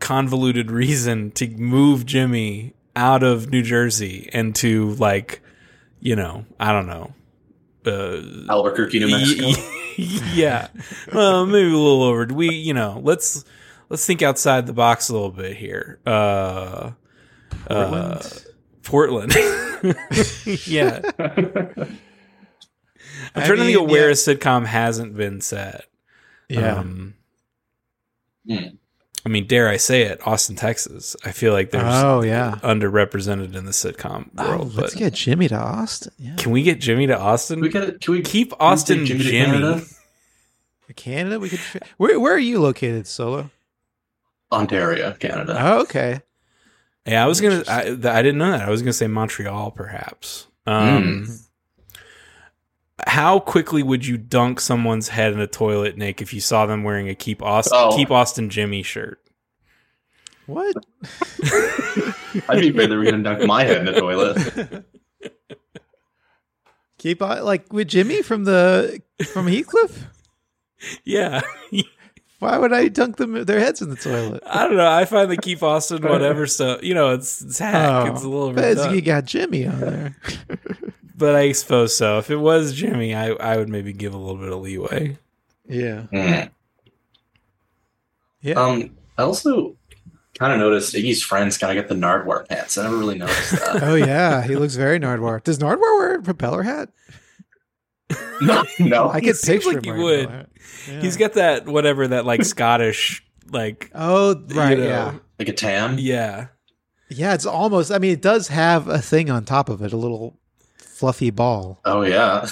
S3: convoluted reason to move Jimmy out of New Jersey and to like, you know, I don't know. Uh,
S4: Albuquerque, New Mexico.
S3: yeah. Well, maybe a little over. We, you know, let's let's think outside the box a little bit here. Uh, uh, Portland. Uh, yeah. I'm
S2: I
S3: trying to think
S2: mean,
S3: of where
S2: yeah.
S3: a sitcom hasn't been set.
S2: Yeah.
S3: Um,
S4: Hmm.
S3: I mean, dare I say it, Austin, Texas. I feel like there's
S2: oh yeah.
S3: underrepresented in the sitcom
S2: Oh,
S3: world.
S2: let's
S3: but
S2: get Jimmy to Austin. Yeah.
S3: can we get Jimmy to Austin?
S4: we got Can we can
S3: Keep
S4: we
S3: Austin
S4: take
S3: Jimmy.
S4: to Canada?
S2: Canada. We could. Where Where are you located, Solo?
S4: Ontario, Canada.
S2: Oh, okay.
S3: Yeah, I was gonna. I, th- I didn't know that. I was gonna say Montreal, perhaps. Um,
S2: Hmm.
S3: How quickly would you dunk someone's head in a toilet, Nick, if you saw them wearing a keep Austin
S4: Oh.
S3: keep Austin Jimmy shirt?
S2: What?
S3: Uh,
S4: I'd be afraid they were gonna dunk my head in the toilet.
S2: Keep on like with Jimmy from the from Heathcliff.
S3: Yeah,
S2: Why would I dunk them their heads in the toilet?
S3: I don't know. I find the keep Austin whatever stuff. You know, it's it's hack.
S2: Oh,
S3: it's a little
S2: but it's-
S3: bit.
S2: you got Jimmy on there.
S3: but I suppose so. If it was Jimmy, I I would maybe give a little bit of leeway.
S2: Yeah.
S4: Hmm.
S2: Yeah.
S4: Um, I also kind of noticed Iggy's friends kind of got the Nardwar pants. I never really noticed that.
S2: oh yeah, he looks very Nardwar. Does Nardwar wear a propeller hat?
S4: no,
S2: I
S3: Oh,
S4: no.
S3: He
S2: could
S3: seems
S2: picture
S3: like
S2: him
S3: he
S2: wearing a
S3: would.
S2: propeller hat. Yeah.
S3: He's got that whatever that like Scottish like
S2: Oh right,
S3: you know,
S2: yeah,
S4: like a tam.
S3: yeah.
S2: yeah. It's almost. I mean, it does have a thing on top of it, a little fluffy ball.
S4: Oh yeah.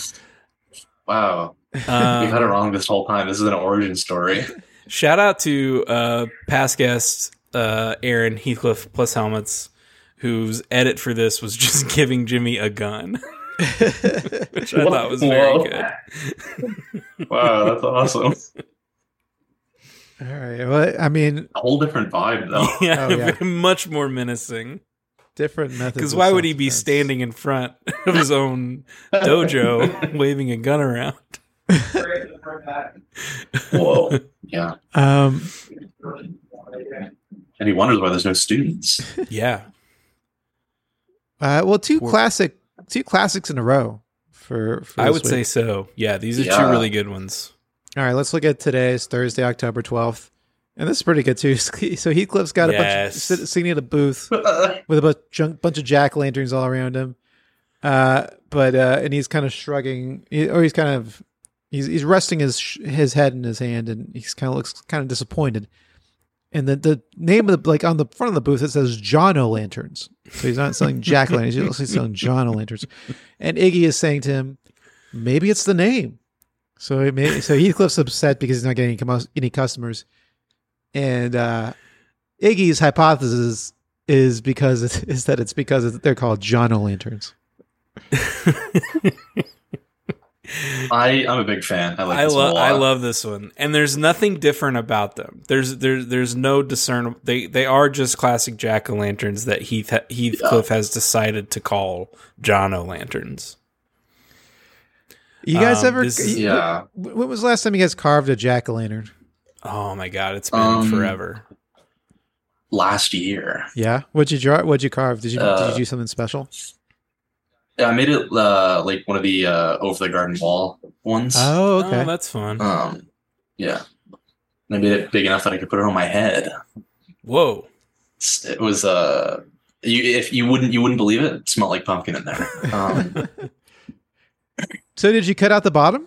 S4: Wow, we
S3: Um,
S4: had it wrong this whole time. This is an origin story.
S3: Shout out to uh, past guest uh, Aaron Heathcliff plus helmets, whose edit for this was just giving Jimmy a gun, which I thought was very
S4: Whoa.
S3: good.
S4: Wow, that's awesome.
S2: All right. Well, I mean,
S4: A whole different vibe though.
S3: Yeah,
S2: Oh, yeah.
S3: much more menacing.
S2: different methods.
S3: Because
S2: of
S3: why would he be
S2: self-defense.
S3: standing in front of his own dojo waving a gun around?
S4: Whoa. Yeah.
S2: Um,
S4: And he wonders why there's no students.
S3: Yeah,
S2: uh, well, two
S3: Poor-
S2: classic, two classics in a row. For, for
S3: I
S2: this
S3: would
S2: week.
S3: say so. Yeah, these are two
S4: Yeah.
S3: really good ones.
S2: All right, let's look at today's Thursday, October 12th. And this is pretty good too. So Heathcliff's got
S3: Yes.
S2: a bunch of, sit- sitting at a booth
S4: yeah.
S2: with a bunch, junk, bunch of jack lanterns all around him. Uh, but uh, and he's kind of shrugging, he- or he's kind of he's he's resting his sh- his head in his hand, and he's kind of looks kind of disappointed. And the the name of the like on the front of the booth it says John O Lanterns, so he's not selling jack lanterns. He's also selling John O Lanterns. And Iggy is saying to him, maybe it's the name. So it may, so Heathcliff's upset because he's not getting any, commo- any customers, and uh, Iggy's hypothesis is because it's, is that it's because it's, they're called John O Lanterns.
S4: I I'm a big fan. I like.
S3: I
S4: this one a
S3: love I
S4: lot.
S3: love this one, and there's nothing different about them. There's there's there's no discernible. They they are just classic jack o' lanterns that Heath Heathcliff has decided to call John o' lanterns.
S2: You guys
S3: Um,
S2: ever?
S3: this is-
S2: you-
S4: Yeah.
S2: When when was the last time you guys carved a jack o' lantern?
S3: Oh my god, it's been
S4: Um,
S3: forever.
S4: Last year,
S2: Yeah. What'd you draw? What'd you carve? Did you
S4: Uh,
S2: did you do something special?
S4: Yeah, I made it uh, like one of the uh, over the garden wall ones.
S2: Oh,
S3: Oh,
S2: okay.
S3: that's fun.
S4: Um, yeah, and I made it big enough that I could put it on my head.
S3: Whoa.
S4: It's- It was uh, you if you wouldn't you wouldn't believe it. It smelled like pumpkin in there. Um,
S2: Oh, so did you cut out the bottom?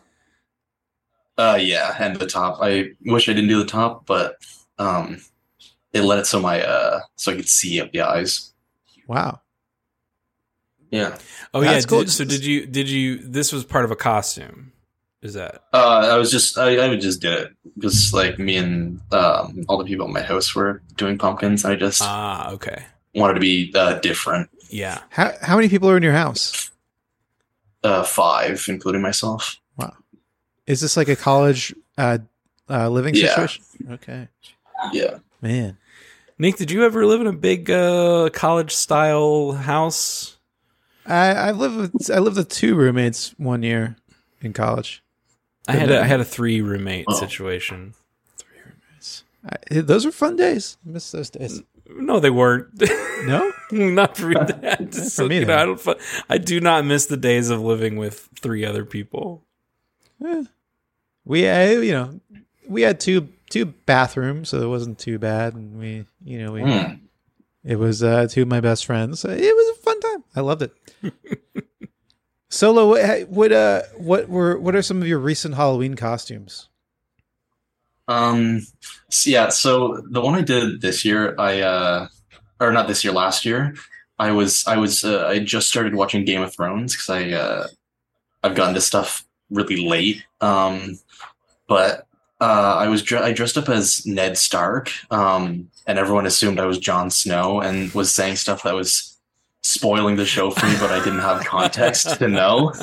S4: uh, yeah, and the top. I wish I didn't do the top, but um, they let it so my uh, so I could see up the eyes.
S2: Wow.
S4: Yeah,
S3: Oh
S2: That's
S3: yeah.
S2: cool.
S3: Did, so did you? Did you? This was part of a costume. Is that?
S4: uh, I was just I, I would just did it because like me and um, all the people at my house were doing pumpkins. And I just
S3: Ah, okay.
S4: wanted to be uh, different.
S3: Yeah.
S2: How how many people are in your house?
S4: Uh, five, including myself.
S2: Is this like a college uh, uh, living
S4: Yeah.
S2: situation? Okay,
S4: Yeah.
S2: man.
S3: Nick, did you ever live in a big uh, college style house?
S2: I I lived with I lived with two roommates one year in college.
S3: I had a, I had a three roommate
S4: Oh.
S3: situation.
S2: I, those were fun days. I miss those days.
S3: No, they weren't.
S2: No,
S3: not for that. so,
S2: me
S3: you know,
S2: then.
S3: I don't. fu- I do not miss the days of living with three other people.
S2: Eh. we uh, you know we had two two bathrooms, so it wasn't too bad. And we you know we
S4: Hmm.
S2: it was uh, two of my best friends. So It was a fun time. I loved it. Solo, what, what uh what were what are some of your recent Halloween costumes?
S4: Um. so yeah. So the one I did this year, I uh, or not this year, last year, I was I was uh, I just started watching Game of Thrones because I uh, I've gotten to stuff really late. Um, but uh, I was dre- I dressed up as Ned Stark. Um, and everyone assumed I was Jon Snow and was saying stuff that was spoiling the show for me, but I didn't have context to know.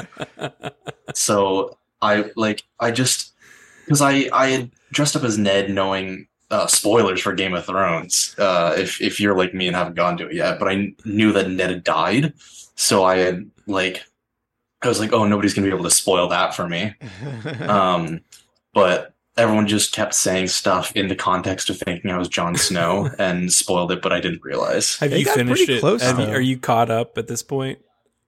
S4: so i like i just because i i had dressed up as ned knowing uh spoilers for game of thrones uh if if you're like me and haven't gone to it yet but i kn- knew that ned had died so i had like i was like oh nobody's gonna be able to spoil that for me
S3: Uh-huh.
S4: um but everyone just kept saying stuff in the context of thinking i was jon snow and spoiled it but i didn't realize
S3: Have
S2: They
S3: you
S2: got
S3: finished
S2: pretty
S3: it?
S2: close,
S3: Have you-
S2: though.
S3: are you caught up at this point?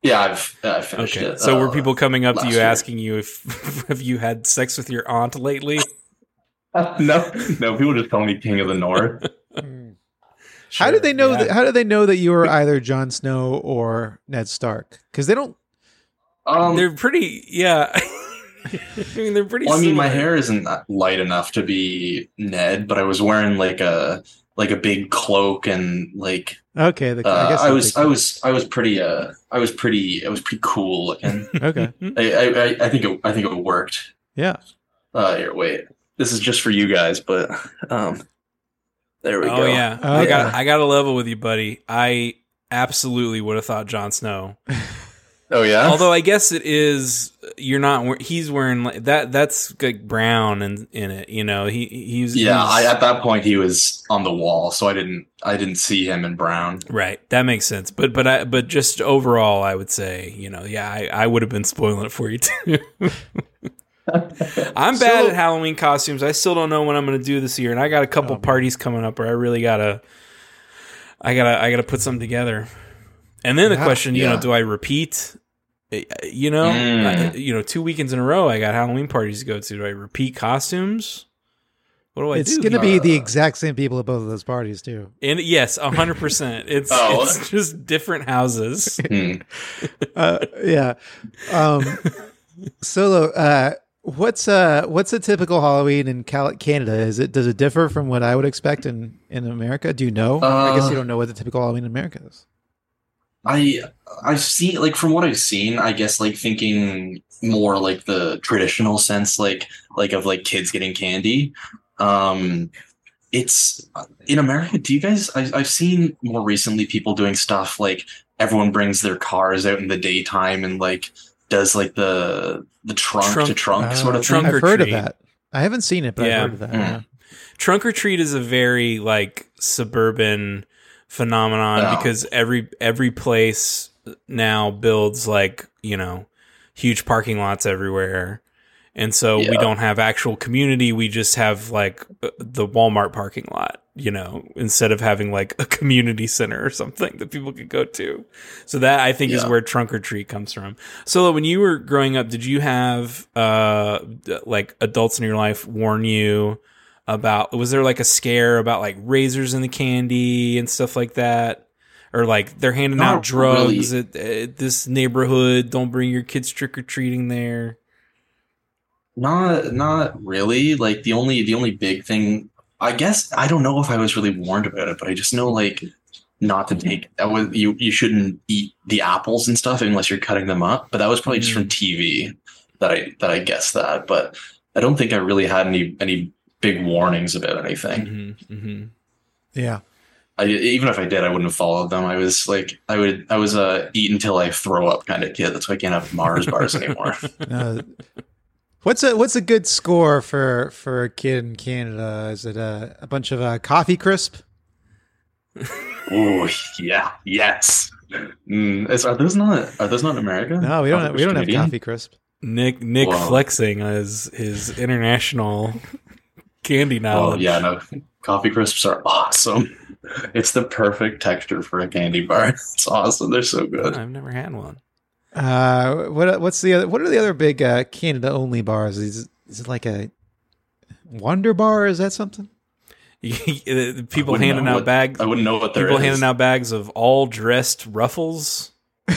S4: yeah i've uh, finished
S3: Okay.
S4: it
S3: So were
S4: uh,
S3: people coming up to
S4: last
S3: you
S4: year.
S3: asking you if have you had sex with your aunt lately?
S4: no no people just call me king of the north
S2: How did they know
S3: yeah.
S2: that? How did they know that you were either Jon Snow or Ned Stark? Because they don't.
S4: um
S3: they're pretty. Yeah. I mean, they're pretty.
S4: Well, I mean, my
S3: similar.
S4: hair isn't that light enough to be Ned, but I was wearing like a like a big cloak and like
S2: Okay, the,
S4: uh,
S2: I guess
S4: I,
S2: that
S4: was
S2: makes
S4: I was I was pretty uh I was pretty I was pretty cool looking.
S2: sense. okay.
S4: I, I I- I think it, I think it worked.
S2: Yeah.
S4: Uh, here, wait, this is just for you guys, but um, there we
S3: oh
S4: go.
S3: yeah,
S2: Oh,
S3: I got
S4: yeah.
S3: I got a level with you, buddy. I absolutely would have thought Jon Snow.
S4: Oh yeah.
S3: Although I guess it is you're not. wear- He's wearing like, that. That's like brown and in it. You know, he he's
S4: yeah, I,
S3: he's-
S4: at that point he was on the wall, so I didn't I didn't see him in brown.
S3: right. That makes sense. But but I but just overall, I would say you know, yeah, I, I would have been spoiling it for you too. I'm bad
S2: So-
S3: at Halloween costumes. I still don't know what I'm going to do this year, and I got a couple
S2: Oh, man.
S3: parties coming up where I really gotta, I gotta, I gotta put something together. And then the
S2: Yeah,
S3: question, you
S4: yeah.
S3: know, do I repeat? Eh, eh, You know,
S4: Mm.
S3: I- eh, you know, two weekends in a row, I got Halloween parties to go to. Do I repeat costumes? What do I
S2: It's
S3: do?
S2: going to be the
S4: uh,
S2: exact same people at both of those parties too.
S3: and yes, hundred percent. It's
S4: Oh.
S3: it's just different houses.
S4: Hmm.
S2: Uh, yeah. Um, Solo, uh, what's uh, what's a typical Halloween in Cal- Canada? Is it does it differ from what I would expect in in America? Do you know? I guess
S4: Uh,
S2: you don't know what the typical Halloween in America is.
S4: I I've seen like from what I've seen, I guess like thinking more like the traditional sense, like like of like kids getting candy. Um, it's in America. Do you guys? I, I've seen more recently people doing stuff like everyone brings their cars out in the daytime and like does like the the trunk, to
S3: Trunk-
S4: trunk sort of
S2: Uh,
S3: trunk
S4: thing.
S3: or
S2: I've heard
S3: treat.
S2: of that. I haven't seen it, but
S3: Yeah.
S2: I've heard of that.
S4: Mm.
S2: yeah.
S3: Trunk or treat is a very like suburban phenomenon
S4: Oh.
S3: because every every place now builds like you know huge parking lots everywhere, and so we
S4: Yeah.
S3: don't have actual community we just have like uh, the walmart parking lot you know instead of having like a community center or something that people could go to so that i think is
S4: Yeah.
S3: where trunk or treat comes from so when you were growing up did you have uh d- like adults in your life warn you about was there like a scare about like razors in the candy and stuff like that or like they're handing
S4: Not
S3: out drugs at, at this neighborhood don't bring your kids trick-or-treating there
S4: Not not really. Like the only the only big thing I guess I don't know if I was really warned about it, but I just know like not to take that was you you shouldn't eat the apples and stuff unless you're cutting them up. But that was probably just from TV that I that I guessed that. But I don't think I really had any any big warnings about anything.
S3: Mm-hmm, mm-hmm.
S2: Yeah.
S4: I even if I did, I wouldn't have followed them. I was like I would I was a eat until I throw up kind of kid. That's why I can't have Mars bars anymore.
S2: Uh, what's a what's a good score for for a kid in Canada? Is it a, a bunch of uh, coffee crisp?
S4: Oh yeah, yes. Mm, is, are those not are those not in America?
S2: No, we
S4: Are
S2: don't.
S4: those
S2: We don't have
S4: Canadian?
S2: coffee crisp.
S3: nick nick
S4: Wow.
S3: flexing his his international candy
S4: Oh
S3: knowledge
S4: yeah, no. Coffee crisps are awesome. It's the perfect texture for a candy bar. It's awesome. They're so good.
S3: i've never had one
S2: Uh, what what's the other, what are the other big uh, Canada only bars? Is is it like a Wonder Bar? Is that something?
S3: people
S4: wouldn't
S3: handing
S4: know
S3: out
S4: what-
S3: bags
S4: I wouldn't know what they're
S3: people handing out bags of all dressed ruffles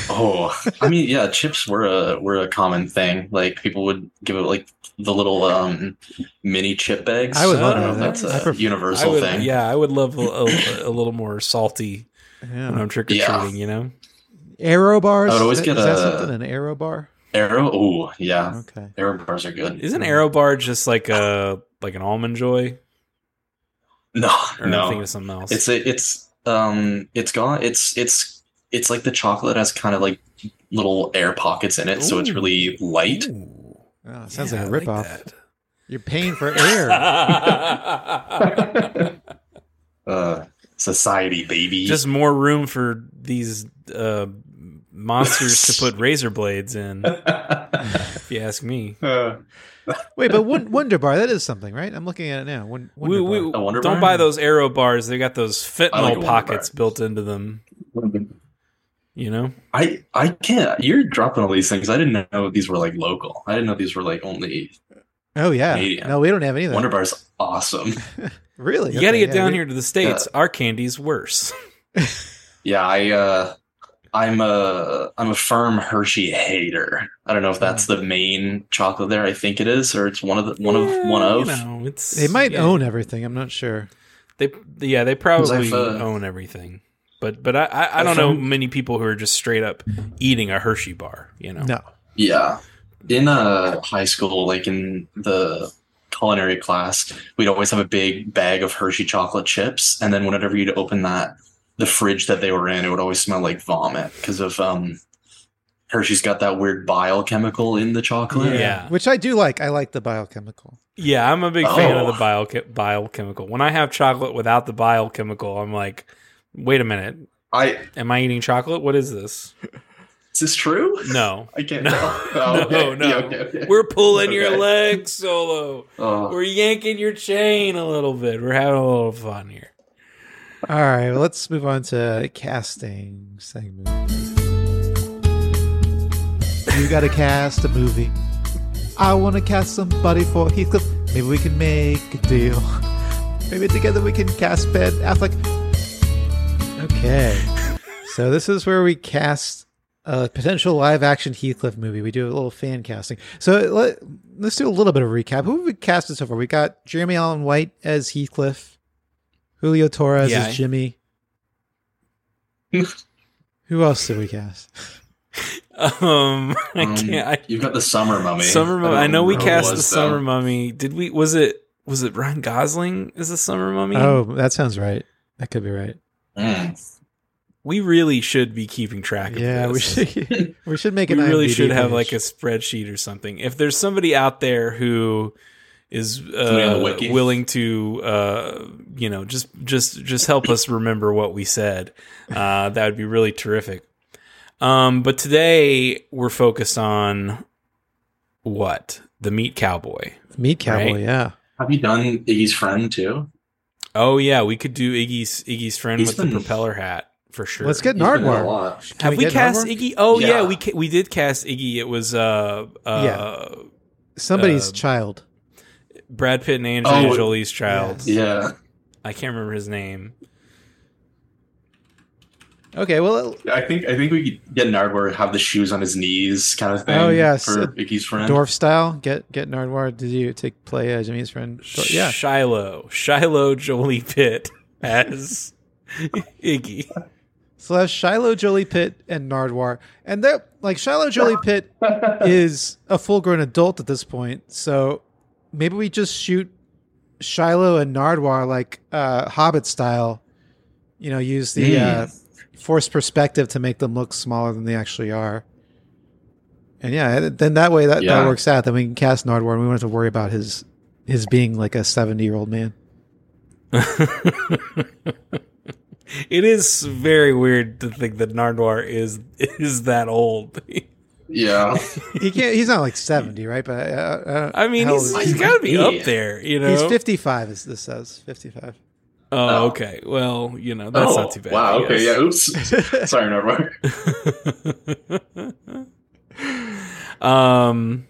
S4: Oh, I mean, yeah, chips were a were a common thing. Like people would give it like the little um mini chip bags.
S2: I would
S4: I
S3: love
S4: don't know if
S3: that.
S4: that's a
S2: I prefer-
S3: I
S4: universal
S3: would,
S4: thing.
S3: yeah, I would love a, a, a little more salty when I'm trick or treating. You know,
S2: Arrow bars.
S4: I would always
S2: is
S4: get
S2: that, is
S4: a-
S2: that something? An arrow bar.
S4: Arrow. Oh, yeah.
S2: Okay.
S4: Arrow bars are good.
S3: isn't Arrow Bar just like a like an almond joy?
S4: No,
S3: Or I'm
S4: no.
S3: thinking of something else.
S4: It's a, it's um it's got it's it's it's like the chocolate has kind of like little air pockets in it, so it's
S3: Ooh.
S4: really light.
S3: Ooh.
S2: Oh, sounds
S3: Yeah,
S2: like a
S3: I
S2: ripoff.
S3: that.
S2: You're paying for air.
S4: Uh, society, baby.
S3: just more room for these uh, monsters to put razor blades in. If you ask me,
S4: Uh,
S2: Wait, but Won- Wonder Bar that is something, right? I'm looking at it now. Won- Wonder
S3: we, we,
S2: Bar.
S4: A Wonder
S3: don't
S4: Bar?
S3: buy those Arrow bars. They got those
S4: I like a
S3: fentanyl
S4: Wonder
S3: pockets
S4: Bar.
S3: built into them. You know,
S4: I I can't. You're dropping all these things. I didn't know these were like local. I didn't know these were like only
S2: Oh yeah.
S4: Canadian.
S2: No, we don't have any of that.
S4: Wonder Bar's awesome.
S2: Really?
S3: you got to
S2: Okay,
S3: get
S2: yeah,
S3: down
S2: we-
S3: here to the states.
S4: Uh,
S3: Our candy's worse.
S4: Yeah, I uh I'm a I'm a firm Hershey hater. I don't know if that's the main chocolate there. I think it is, or it's one of the one of
S3: Yeah,
S4: one
S3: you
S4: of.
S3: know, it's
S2: They might
S3: yeah.
S2: own everything. I'm not sure.
S3: They yeah, they probably
S4: I've, uh,
S3: own everything. But but I I, I don't know many people who are just straight up eating a Hershey bar. You know.
S2: No.
S4: Yeah. In uh high school, like in the culinary class, we'd always have a big bag of Hershey chocolate chips, and then whenever you'd open that the fridge that they were in, it would always smell like vomit because of um Hershey's got that weird bile chemical in the chocolate.
S3: Yeah.
S2: Which I do like. I like the biochemical.
S3: Yeah, I'm a big fan of
S4: Oh.
S3: the bile biochemical. When I have chocolate without the biochemical, I'm like, wait a minute,
S4: I
S3: am I eating chocolate? What is this?
S4: is this true?
S3: No.
S4: I can't
S3: No. No,
S4: tell. Oh, okay.
S3: no.
S4: Yeah, okay, okay.
S3: We're pulling your
S4: Okay.
S3: leg solo.
S4: Oh.
S3: We're yanking your chain a little bit. We're having a little fun here.
S2: All right. Well, let's move on to casting segment. You got to cast a movie. I want to cast somebody for Heathcliff. Maybe we can make a deal. Maybe together we can cast Ben Affleck. Okay. So this is where we cast a potential live-action Heathcliff movie. We do a little fan casting. So let, let's do a little bit of recap. Who have we casted so far? We got Jeremy Allen White as Heathcliff, Julio Torres
S3: Yeah.
S2: as Jimmy. Who else did we cast?
S3: Um, I
S4: Um,
S3: can't. I
S4: You've got the summer mummy.
S3: Summer Mummy.
S4: don't
S3: I know we
S4: remember who it
S3: cast the
S4: was,
S3: Summer
S4: though.
S3: Mummy. Did we? Was it? Was it Ryan Gosling? Is the Summer Mummy?
S2: Oh, that sounds right. That could be right.
S4: Mm.
S3: we really should be keeping track. of
S2: Yeah,
S3: this.
S2: we should we should make
S3: We
S2: an.
S3: really
S2: IMDb
S3: should have
S2: page.
S3: like a spreadsheet or something. If there's somebody out there who is
S4: on the
S3: uh,
S4: wiki.
S3: willing to, uh, you know, just just just help us remember what we said, uh, that would be really terrific. Um, but today we're focused on what the Meat Cowboy.
S2: Meat Cowboy,
S3: Right.
S2: yeah.
S4: Have you done Iggy's friend too?
S3: Oh yeah, we could do Iggy's Iggy's friend
S4: He's
S3: with
S4: been-
S3: the propeller hat for sure.
S2: Let's get
S4: He's been in a
S2: Nardwar.
S4: lot.
S2: Can
S3: Have we,
S2: get
S3: cast
S2: Nardwar?
S3: Iggy? Oh yeah,
S4: Yeah.
S3: we ca- we did cast Iggy. It was uh uh
S2: Somebody's
S3: um,
S2: child.
S3: Brad Pitt and Angelina
S4: Oh,
S3: Jolie's child.
S2: yes.
S4: Yeah.
S3: I can't remember his name.
S2: Okay, well, uh,
S4: I think I think we could get Nardwar have the shoes on his knees kind of thing.
S2: Oh, yes.
S4: for Iggy's friend.
S2: dwarf style. Get get Nardwar to do to play uh, Jimmy's friend. Dwar- Yeah,
S3: Shiloh. Shiloh Jolie Pitt as Iggy.
S2: so that's Shiloh Jolie Pitt and Nardwar, and that like Shiloh Jolie Pitt is a full grown adult at this point. So maybe we just shoot Shiloh and Nardwar like uh, Hobbit style. You know, use the uh, forced perspective to make them look smaller than they actually are. And yeah, then that way that, that
S4: Yeah.
S2: works out. Then we can cast Nardwar, and we won't have to worry about his his being like a seventy year old man.
S3: it is very weird to think that Nardwar is is that old.
S4: yeah.
S2: He can't. He's not like seventy, right? But uh, I, don't-
S3: I mean,
S2: how
S3: he's,
S2: old is
S3: he's
S2: he?
S3: got to be up
S4: Yeah.
S3: there, you know.
S2: he's fifty five. As this says, fifty five.
S3: Oh,
S4: Oh.
S3: okay. Well, you know, that's
S4: oh,
S3: not too bad.
S4: Wow.
S3: I
S4: Okay.
S3: guess.
S4: Yeah. Oops. Sorry, Nardwar.
S3: um,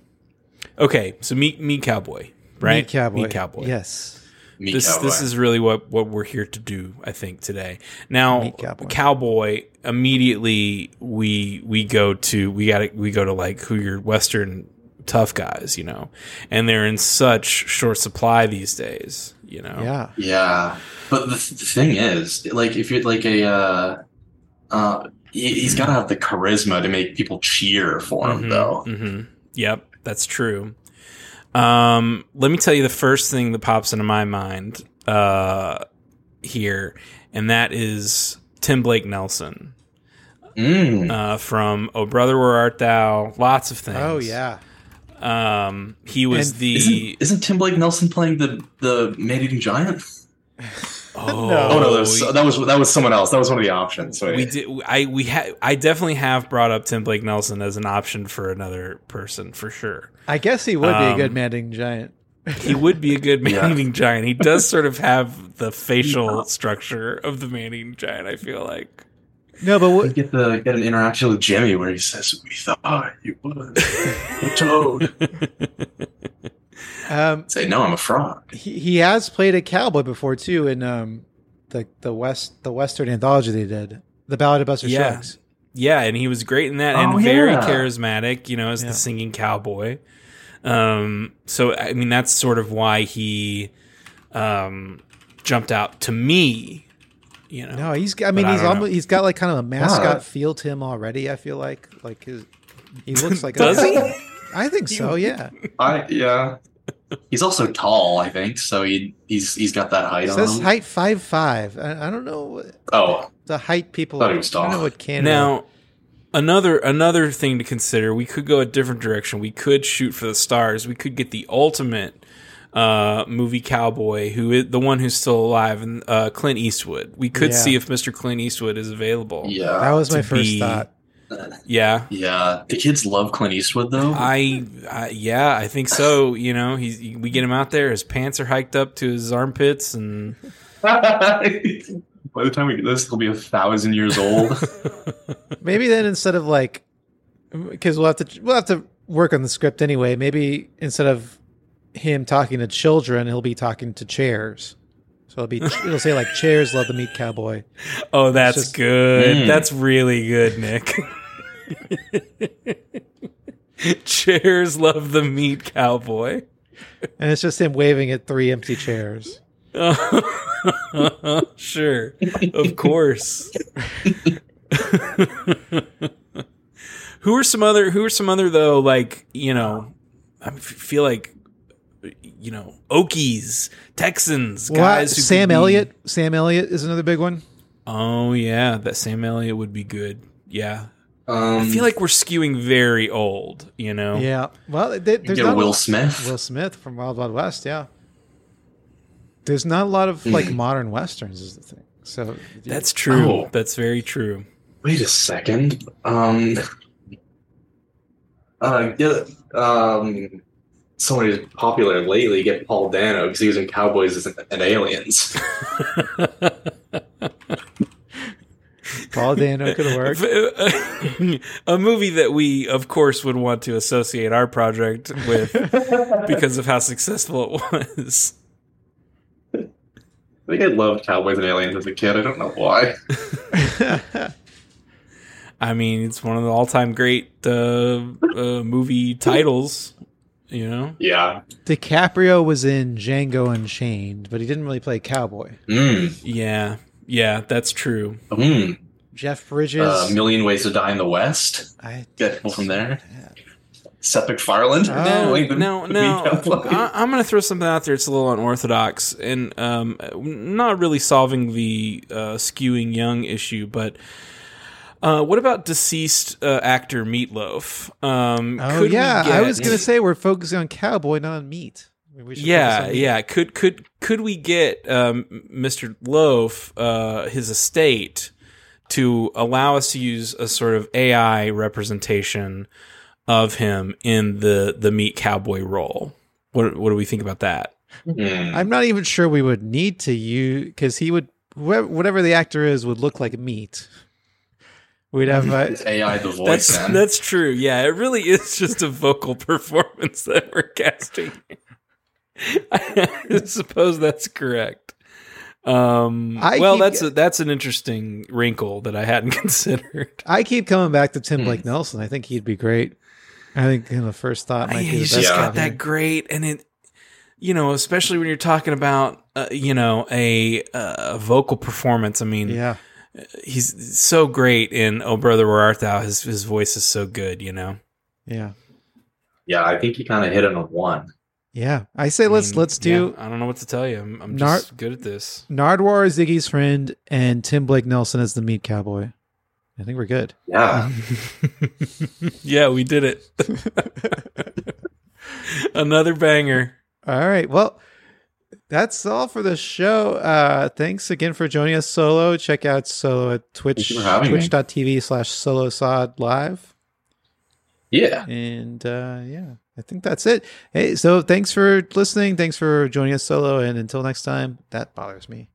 S3: okay. So meet meet cowboy, right?
S2: Meat cowboy.
S3: Meat cowboy.
S2: Yes.
S4: Meat
S3: This
S4: cowboy.
S3: this is really what what we're here to do. I think today. Now,
S2: Meat
S3: cowboy.
S2: cowboy.
S3: Immediately, we we go to we got to we go to like who your western tough guys, you know, and they're in such short supply these days, you know.
S2: Yeah.
S4: Yeah, but the, th- the thing is, like, if you're like a, uh, uh, he, he's got to have the charisma to make people cheer for him,
S3: Mhm,
S4: though.
S3: mhm. Yep, that's true. Um, let me tell you the first thing that pops into my mind uh, here, and that is Tim Blake Nelson
S4: Mm.
S3: uh, from "Oh Brother, Where Art Thou?" Lots of things.
S2: Oh yeah.
S3: Um, he was
S2: And
S3: the
S4: Isn't, isn't Tim Blake Nelson playing the the man eating giant?
S3: oh,
S2: No.
S4: Oh no, that was, that was that was someone else. That was one of the options.
S3: we,
S4: Wait.
S3: we did. I we ha- I definitely have brought up Tim Blake Nelson as an option for another person for sure.
S2: I guess he would be a good
S3: Um,
S2: manning giant.
S3: he would be a good man
S4: Yeah.
S3: eating giant. He does sort of have the facial structure of the man eating giant. I feel like.
S2: No, but
S4: We
S2: what,
S4: get the get an interaction with Jimmy where he says, "We thought you would, a toad."
S2: um,
S4: Say, "No, I'm a frog."
S2: he, he has played a cowboy before too in um, the the west the western anthology they did, the Ballad of Buster
S3: Yeah.
S2: Scruggs.
S3: Yeah, and he was great in that,
S4: Oh,
S3: and very
S4: yeah.
S3: charismatic. You know, as
S2: Yeah.
S3: the singing cowboy. Um, so I mean, that's sort of why he um, jumped out to me. You know,
S2: No, he's. I mean,
S3: I
S2: he's
S3: don't know.
S2: almost, he's got like kind of a mascot
S4: Yeah.
S2: feel to him already. I feel like like his he looks like
S3: does
S2: a,
S3: he?
S2: I think so. Yeah,
S4: I yeah. He's also tall, I think, so he he's he's got that height
S2: it
S4: on
S2: says
S4: him.
S2: height five five. I, I don't know what-
S4: Oh,
S2: the height people.
S4: Thought he was
S2: I don't
S4: tall.
S2: know what Canada.
S3: Now, another another thing to consider, we could go a different direction. We could shoot for the stars. We could get the ultimate uh, movie cowboy, who is the one who's still alive, and uh, Clint Eastwood. We could
S2: Yeah.
S3: see if Mister Clint Eastwood is available.
S4: yeah.
S2: that was my
S3: to
S2: first
S3: be-
S2: thought.
S3: Yeah.
S4: Yeah, the kids love Clint Eastwood though.
S3: I, I yeah, I think so. You know, he's we get him out there. His pants are hiked up to his armpits, and
S4: By the time we get this, he'll be a thousand years old.
S2: Maybe then instead of like, because we'll have to we'll have to work on the script anyway. Maybe instead of him talking to children, he'll be talking to chairs. So it'll be it'll say like chairs love to meet cowboy.
S3: oh, that's
S2: It's just-
S3: good.
S4: Mm.
S3: That's really good, Nick. Chairs love the meat cowboy.
S2: And it's just him waving at three empty chairs.
S3: sure. Of course. who are some other who are some other though like, you know, I f- feel like you know, Okies, Texans, guys who could
S2: Sam
S3: be-
S2: Elliott. Sam Elliott is another big one.
S3: Oh yeah, that Sam Elliott would be good. Yeah.
S4: Um,
S3: I feel like we're skewing very old, you know.
S2: Yeah. Well, they,
S4: you
S2: there's
S4: get a
S2: not
S4: Will Smith.
S2: Will Smith from Wild Wild West. Yeah. There's not a lot of like modern westerns, is the thing. So
S3: Mm. That's true.
S4: Oh.
S3: That's very true.
S4: Wait a second. Um, uh, yeah, um, somebody who's popular lately get Paul Dano because he was in Cowboys and Aliens.
S2: Paul Dano could work.
S3: a movie that we, of course, would want to associate our project with because of how successful it was.
S4: I think I loved Cowboys and Aliens as a kid. I don't know why.
S3: I mean, it's one of the all-time great uh, uh, movie titles. You know,
S4: Yeah.
S2: DiCaprio was in Django Unchained, but he didn't really play cowboy.
S4: Mm.
S3: yeah, yeah, that's true.
S4: Mm.
S2: Jeff Bridges.
S4: Uh, million Ways to Die in the West.
S2: I,
S4: Get pulled from there. Seth MacFarlane.
S2: No,
S3: No,
S4: Wait, the-
S3: Ah, no,
S4: the
S3: no. Uh,
S4: weekend play.
S3: I, I'm going to throw something out there. It's a little unorthodox and um, not really solving the uh, skewing young issue. But uh, what about deceased uh, actor Meatloaf? Um,
S2: oh
S3: could we
S2: yeah, I
S3: get-
S2: was gonna say we're focusing on cowboy, not on meat. I mean, we should focus
S3: Yeah,
S2: on meat.
S3: yeah. Could could could we get um, Mr. Loaf uh, his estate to allow us to use a sort of AI representation of him in the the meat cowboy role? What what do we think about that?
S4: Mm.
S2: I'm not even sure we would need to use because he would whoever, whatever the actor is would look like meat. We'd have uh,
S4: It's AI the voice.
S3: That's
S4: then.
S3: that's true. Yeah, it really is just a vocal performance that we're casting. I suppose that's correct. Um,
S2: I
S3: well,
S2: keep-
S3: that's a, that's an interesting wrinkle that I hadn't considered.
S2: I keep coming back to Tim
S4: Hmm.
S2: Blake Nelson. I think he'd be great. I think you know, the first thought might be
S3: Yeah,
S2: the
S3: he's
S2: best
S3: just
S4: Yeah.
S2: thought
S3: got
S2: here.
S3: that great, and it, you know, especially when you're talking about, uh, you know, a uh, vocal performance. I mean,
S2: Yeah,
S3: he's so great in "Oh Brother Where Art Thou." His his voice is so good, you know.
S2: yeah,
S4: yeah, I think he kind of hit on a one.
S2: yeah. I say let's
S3: I mean,
S2: let's do
S3: Mm, yeah, I don't know what to tell you. I'm, I'm
S2: Nar-
S3: just good at this.
S2: Nardwar is Ziggy's friend, and Tim Blake Nelson is the meat cowboy. I think we're good.
S3: Uh-huh.
S4: Yeah.
S2: Um.
S3: yeah, we did it. Another banger.
S2: All right. Well, that's all for the show. Uh, thanks again for joining us solo. Check out solo at Twitch
S4: for having me.
S2: twitch.tv slash solo sod live.
S4: Yeah.
S2: And uh, yeah, I think that's it. Hey, so thanks for listening. Thanks for joining us solo. And until next time, that bothers me.